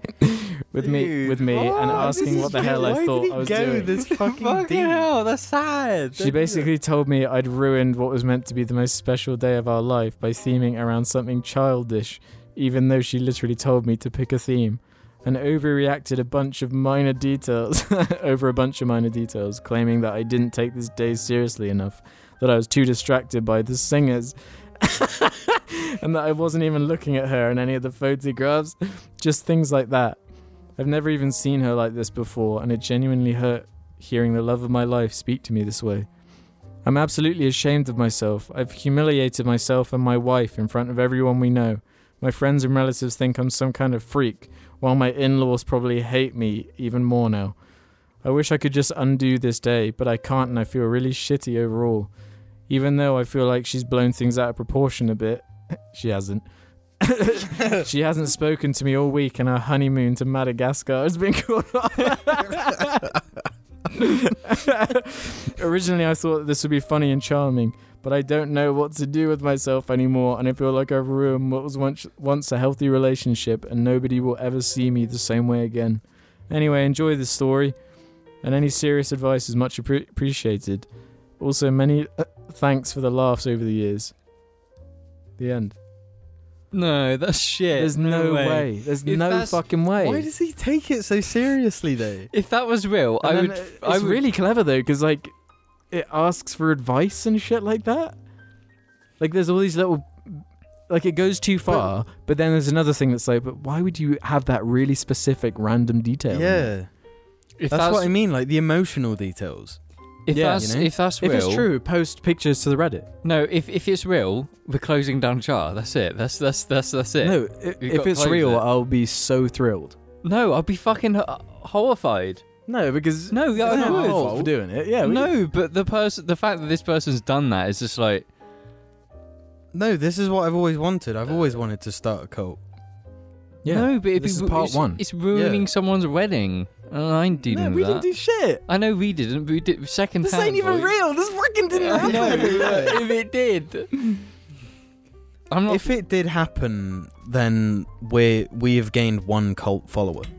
[SPEAKER 2] with me,
[SPEAKER 1] Dude,
[SPEAKER 2] with me, and
[SPEAKER 1] what?
[SPEAKER 2] asking
[SPEAKER 1] This
[SPEAKER 2] what
[SPEAKER 1] is
[SPEAKER 2] the
[SPEAKER 1] good.
[SPEAKER 2] hell
[SPEAKER 1] Why
[SPEAKER 2] I
[SPEAKER 1] did
[SPEAKER 2] thought
[SPEAKER 1] he
[SPEAKER 2] I was
[SPEAKER 1] go
[SPEAKER 2] doing.
[SPEAKER 1] this fucking,
[SPEAKER 4] Fucking
[SPEAKER 1] deep?
[SPEAKER 4] hell, that's sad.
[SPEAKER 2] She basically told me I'd ruined what was meant to be the most special day of our life by theming around something childish, even though she literally told me to pick a theme. And overreacted a bunch of minor details over a bunch of minor details, claiming that I didn't take this day seriously enough, that I was too distracted by the singers, and that I wasn't even looking at her in any of the photographs. Just things like that. I've never even seen her like this before, and it genuinely hurt hearing the love of my life speak to me this way. I'm absolutely ashamed of myself. I've humiliated myself and my wife in front of everyone we know. My friends and relatives think I'm some kind of freak, while my in laws probably hate me even more now. I wish I could just undo this day, but I can't and I feel really shitty overall. Even though I feel like she's blown things out of proportion a bit. she hasn't. she hasn't spoken to me all week and our honeymoon to Madagascar has been called off. Originally, I thought this would be funny and charming, but I don't know what to do with myself anymore, and I feel like I've ruined what was once, once a healthy relationship, and nobody will ever see me the same way again. Anyway, enjoy this story, and any serious advice is much appre- appreciated. Also, many uh, thanks for the laughs over the years. The end.
[SPEAKER 4] No, that's shit.
[SPEAKER 2] There's no, way. There's
[SPEAKER 4] If
[SPEAKER 2] no
[SPEAKER 4] that's-
[SPEAKER 2] fucking way.
[SPEAKER 1] Why does he take it so seriously though?
[SPEAKER 4] If that was real,
[SPEAKER 2] And
[SPEAKER 4] I
[SPEAKER 2] then
[SPEAKER 4] would.
[SPEAKER 2] it's
[SPEAKER 4] I would
[SPEAKER 2] really clever though, because like it asks for advice and shit like that. Like there's all these little, like it goes too far, but, then there's another thing that's like, but why would you have that really specific random detail? in there?
[SPEAKER 1] Yeah,
[SPEAKER 4] If
[SPEAKER 1] that's
[SPEAKER 4] that's,
[SPEAKER 1] what I mean. Like the emotional details.
[SPEAKER 4] if
[SPEAKER 2] Yeah,
[SPEAKER 4] that's
[SPEAKER 2] you know?
[SPEAKER 4] if that's
[SPEAKER 2] If
[SPEAKER 4] real,
[SPEAKER 2] it's true, post pictures to the Reddit.
[SPEAKER 4] No, if if it's real, we're closing down jar. That's it. That's that's that's that's it.
[SPEAKER 2] No, i-
[SPEAKER 4] You've
[SPEAKER 2] if
[SPEAKER 4] got
[SPEAKER 2] it's
[SPEAKER 4] clothes
[SPEAKER 2] real,
[SPEAKER 4] there.
[SPEAKER 2] I'll be so thrilled.
[SPEAKER 4] No, I'd be fucking h- horrified.
[SPEAKER 2] No, because
[SPEAKER 4] No, yeah,
[SPEAKER 2] it's
[SPEAKER 4] I
[SPEAKER 2] not
[SPEAKER 4] would.
[SPEAKER 2] our fault for doing it. Yeah, we-
[SPEAKER 4] No, but the person, the fact that this person's done that is just like
[SPEAKER 1] No, this is what I've always wanted. I've always wanted to start a cult.
[SPEAKER 2] yeah.
[SPEAKER 4] no, but it'd
[SPEAKER 2] this
[SPEAKER 4] be,
[SPEAKER 2] is
[SPEAKER 4] ru-
[SPEAKER 2] part
[SPEAKER 4] it's,
[SPEAKER 2] one.
[SPEAKER 4] It's ruining
[SPEAKER 1] Yeah.
[SPEAKER 4] someone's wedding, and I ain't dealing
[SPEAKER 2] no,
[SPEAKER 4] with
[SPEAKER 2] we
[SPEAKER 4] that.
[SPEAKER 2] didn't do shit.
[SPEAKER 4] I know we didn't. But we did second
[SPEAKER 2] This
[SPEAKER 4] hand,
[SPEAKER 2] ain't even
[SPEAKER 4] boys.
[SPEAKER 2] real. This fucking didn't
[SPEAKER 4] I
[SPEAKER 2] happen.
[SPEAKER 4] know. but if it did, I'm not.
[SPEAKER 1] If it did happen, then we we have gained one cult follower.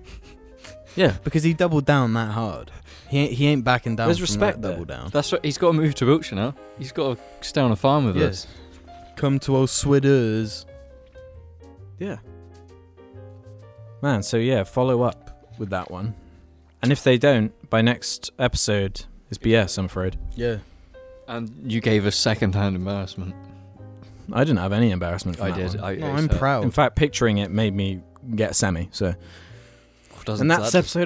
[SPEAKER 2] Yeah.
[SPEAKER 1] because he doubled down that hard. He ain't, he ain't backing down.
[SPEAKER 2] There's
[SPEAKER 1] from
[SPEAKER 2] respect
[SPEAKER 1] that
[SPEAKER 2] there.
[SPEAKER 1] double down.
[SPEAKER 4] that's right. He's got to move to Wiltshire now. He's got to stay on a farm with us.
[SPEAKER 1] Yes. Come to old Swidders.
[SPEAKER 2] Yeah. Man, so yeah, follow up with that one. And if they don't, by next episode, it's BS, I'm afraid.
[SPEAKER 1] Yeah.
[SPEAKER 4] And you gave us second hand embarrassment.
[SPEAKER 2] I didn't have any embarrassment from
[SPEAKER 4] I
[SPEAKER 2] that
[SPEAKER 4] did.
[SPEAKER 2] one.
[SPEAKER 4] I,
[SPEAKER 1] No,
[SPEAKER 4] I
[SPEAKER 1] Oh, I'm
[SPEAKER 4] said-
[SPEAKER 2] In
[SPEAKER 1] proud.
[SPEAKER 2] fact, picturing it made me get semi, so.
[SPEAKER 4] Doesn't
[SPEAKER 2] And that's
[SPEAKER 4] that-
[SPEAKER 2] episode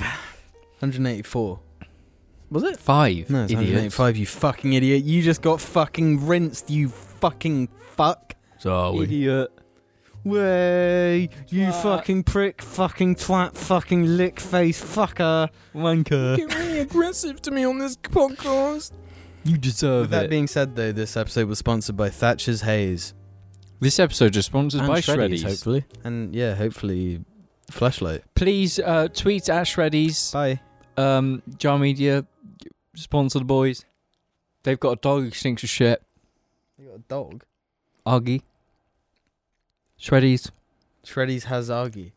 [SPEAKER 1] 184.
[SPEAKER 2] Was it?
[SPEAKER 4] Five.
[SPEAKER 1] No, it's
[SPEAKER 4] idiot.
[SPEAKER 1] 185, you fucking idiot. You just got fucking rinsed, you fucking fuck.
[SPEAKER 5] So are we?
[SPEAKER 1] Idiot. Way, you
[SPEAKER 4] Twat.
[SPEAKER 1] fucking prick, fucking twat, fucking lick face, fucker.
[SPEAKER 4] Wanker.
[SPEAKER 2] Get really aggressive to me on this podcast.
[SPEAKER 4] You deserve
[SPEAKER 1] With that being said, though, this episode was sponsored by Thatcher's Haze.
[SPEAKER 4] this episode is sponsored
[SPEAKER 2] And
[SPEAKER 4] by
[SPEAKER 2] Shreddies,
[SPEAKER 4] Shreddies.
[SPEAKER 2] hopefully.
[SPEAKER 1] And yeah, hopefully, flashlight.
[SPEAKER 4] Please uh, tweet at Shreddies.
[SPEAKER 1] Bye.
[SPEAKER 4] Um, Jar Media, sponsor the boys. They've got a dog who stinks of shit.
[SPEAKER 1] You got a dog?
[SPEAKER 4] Argy. Shreddies.
[SPEAKER 1] Shreddies has Argy.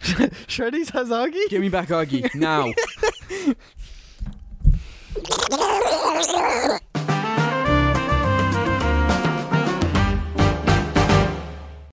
[SPEAKER 1] Shreddies has Argy?
[SPEAKER 2] Give me back Argy, now.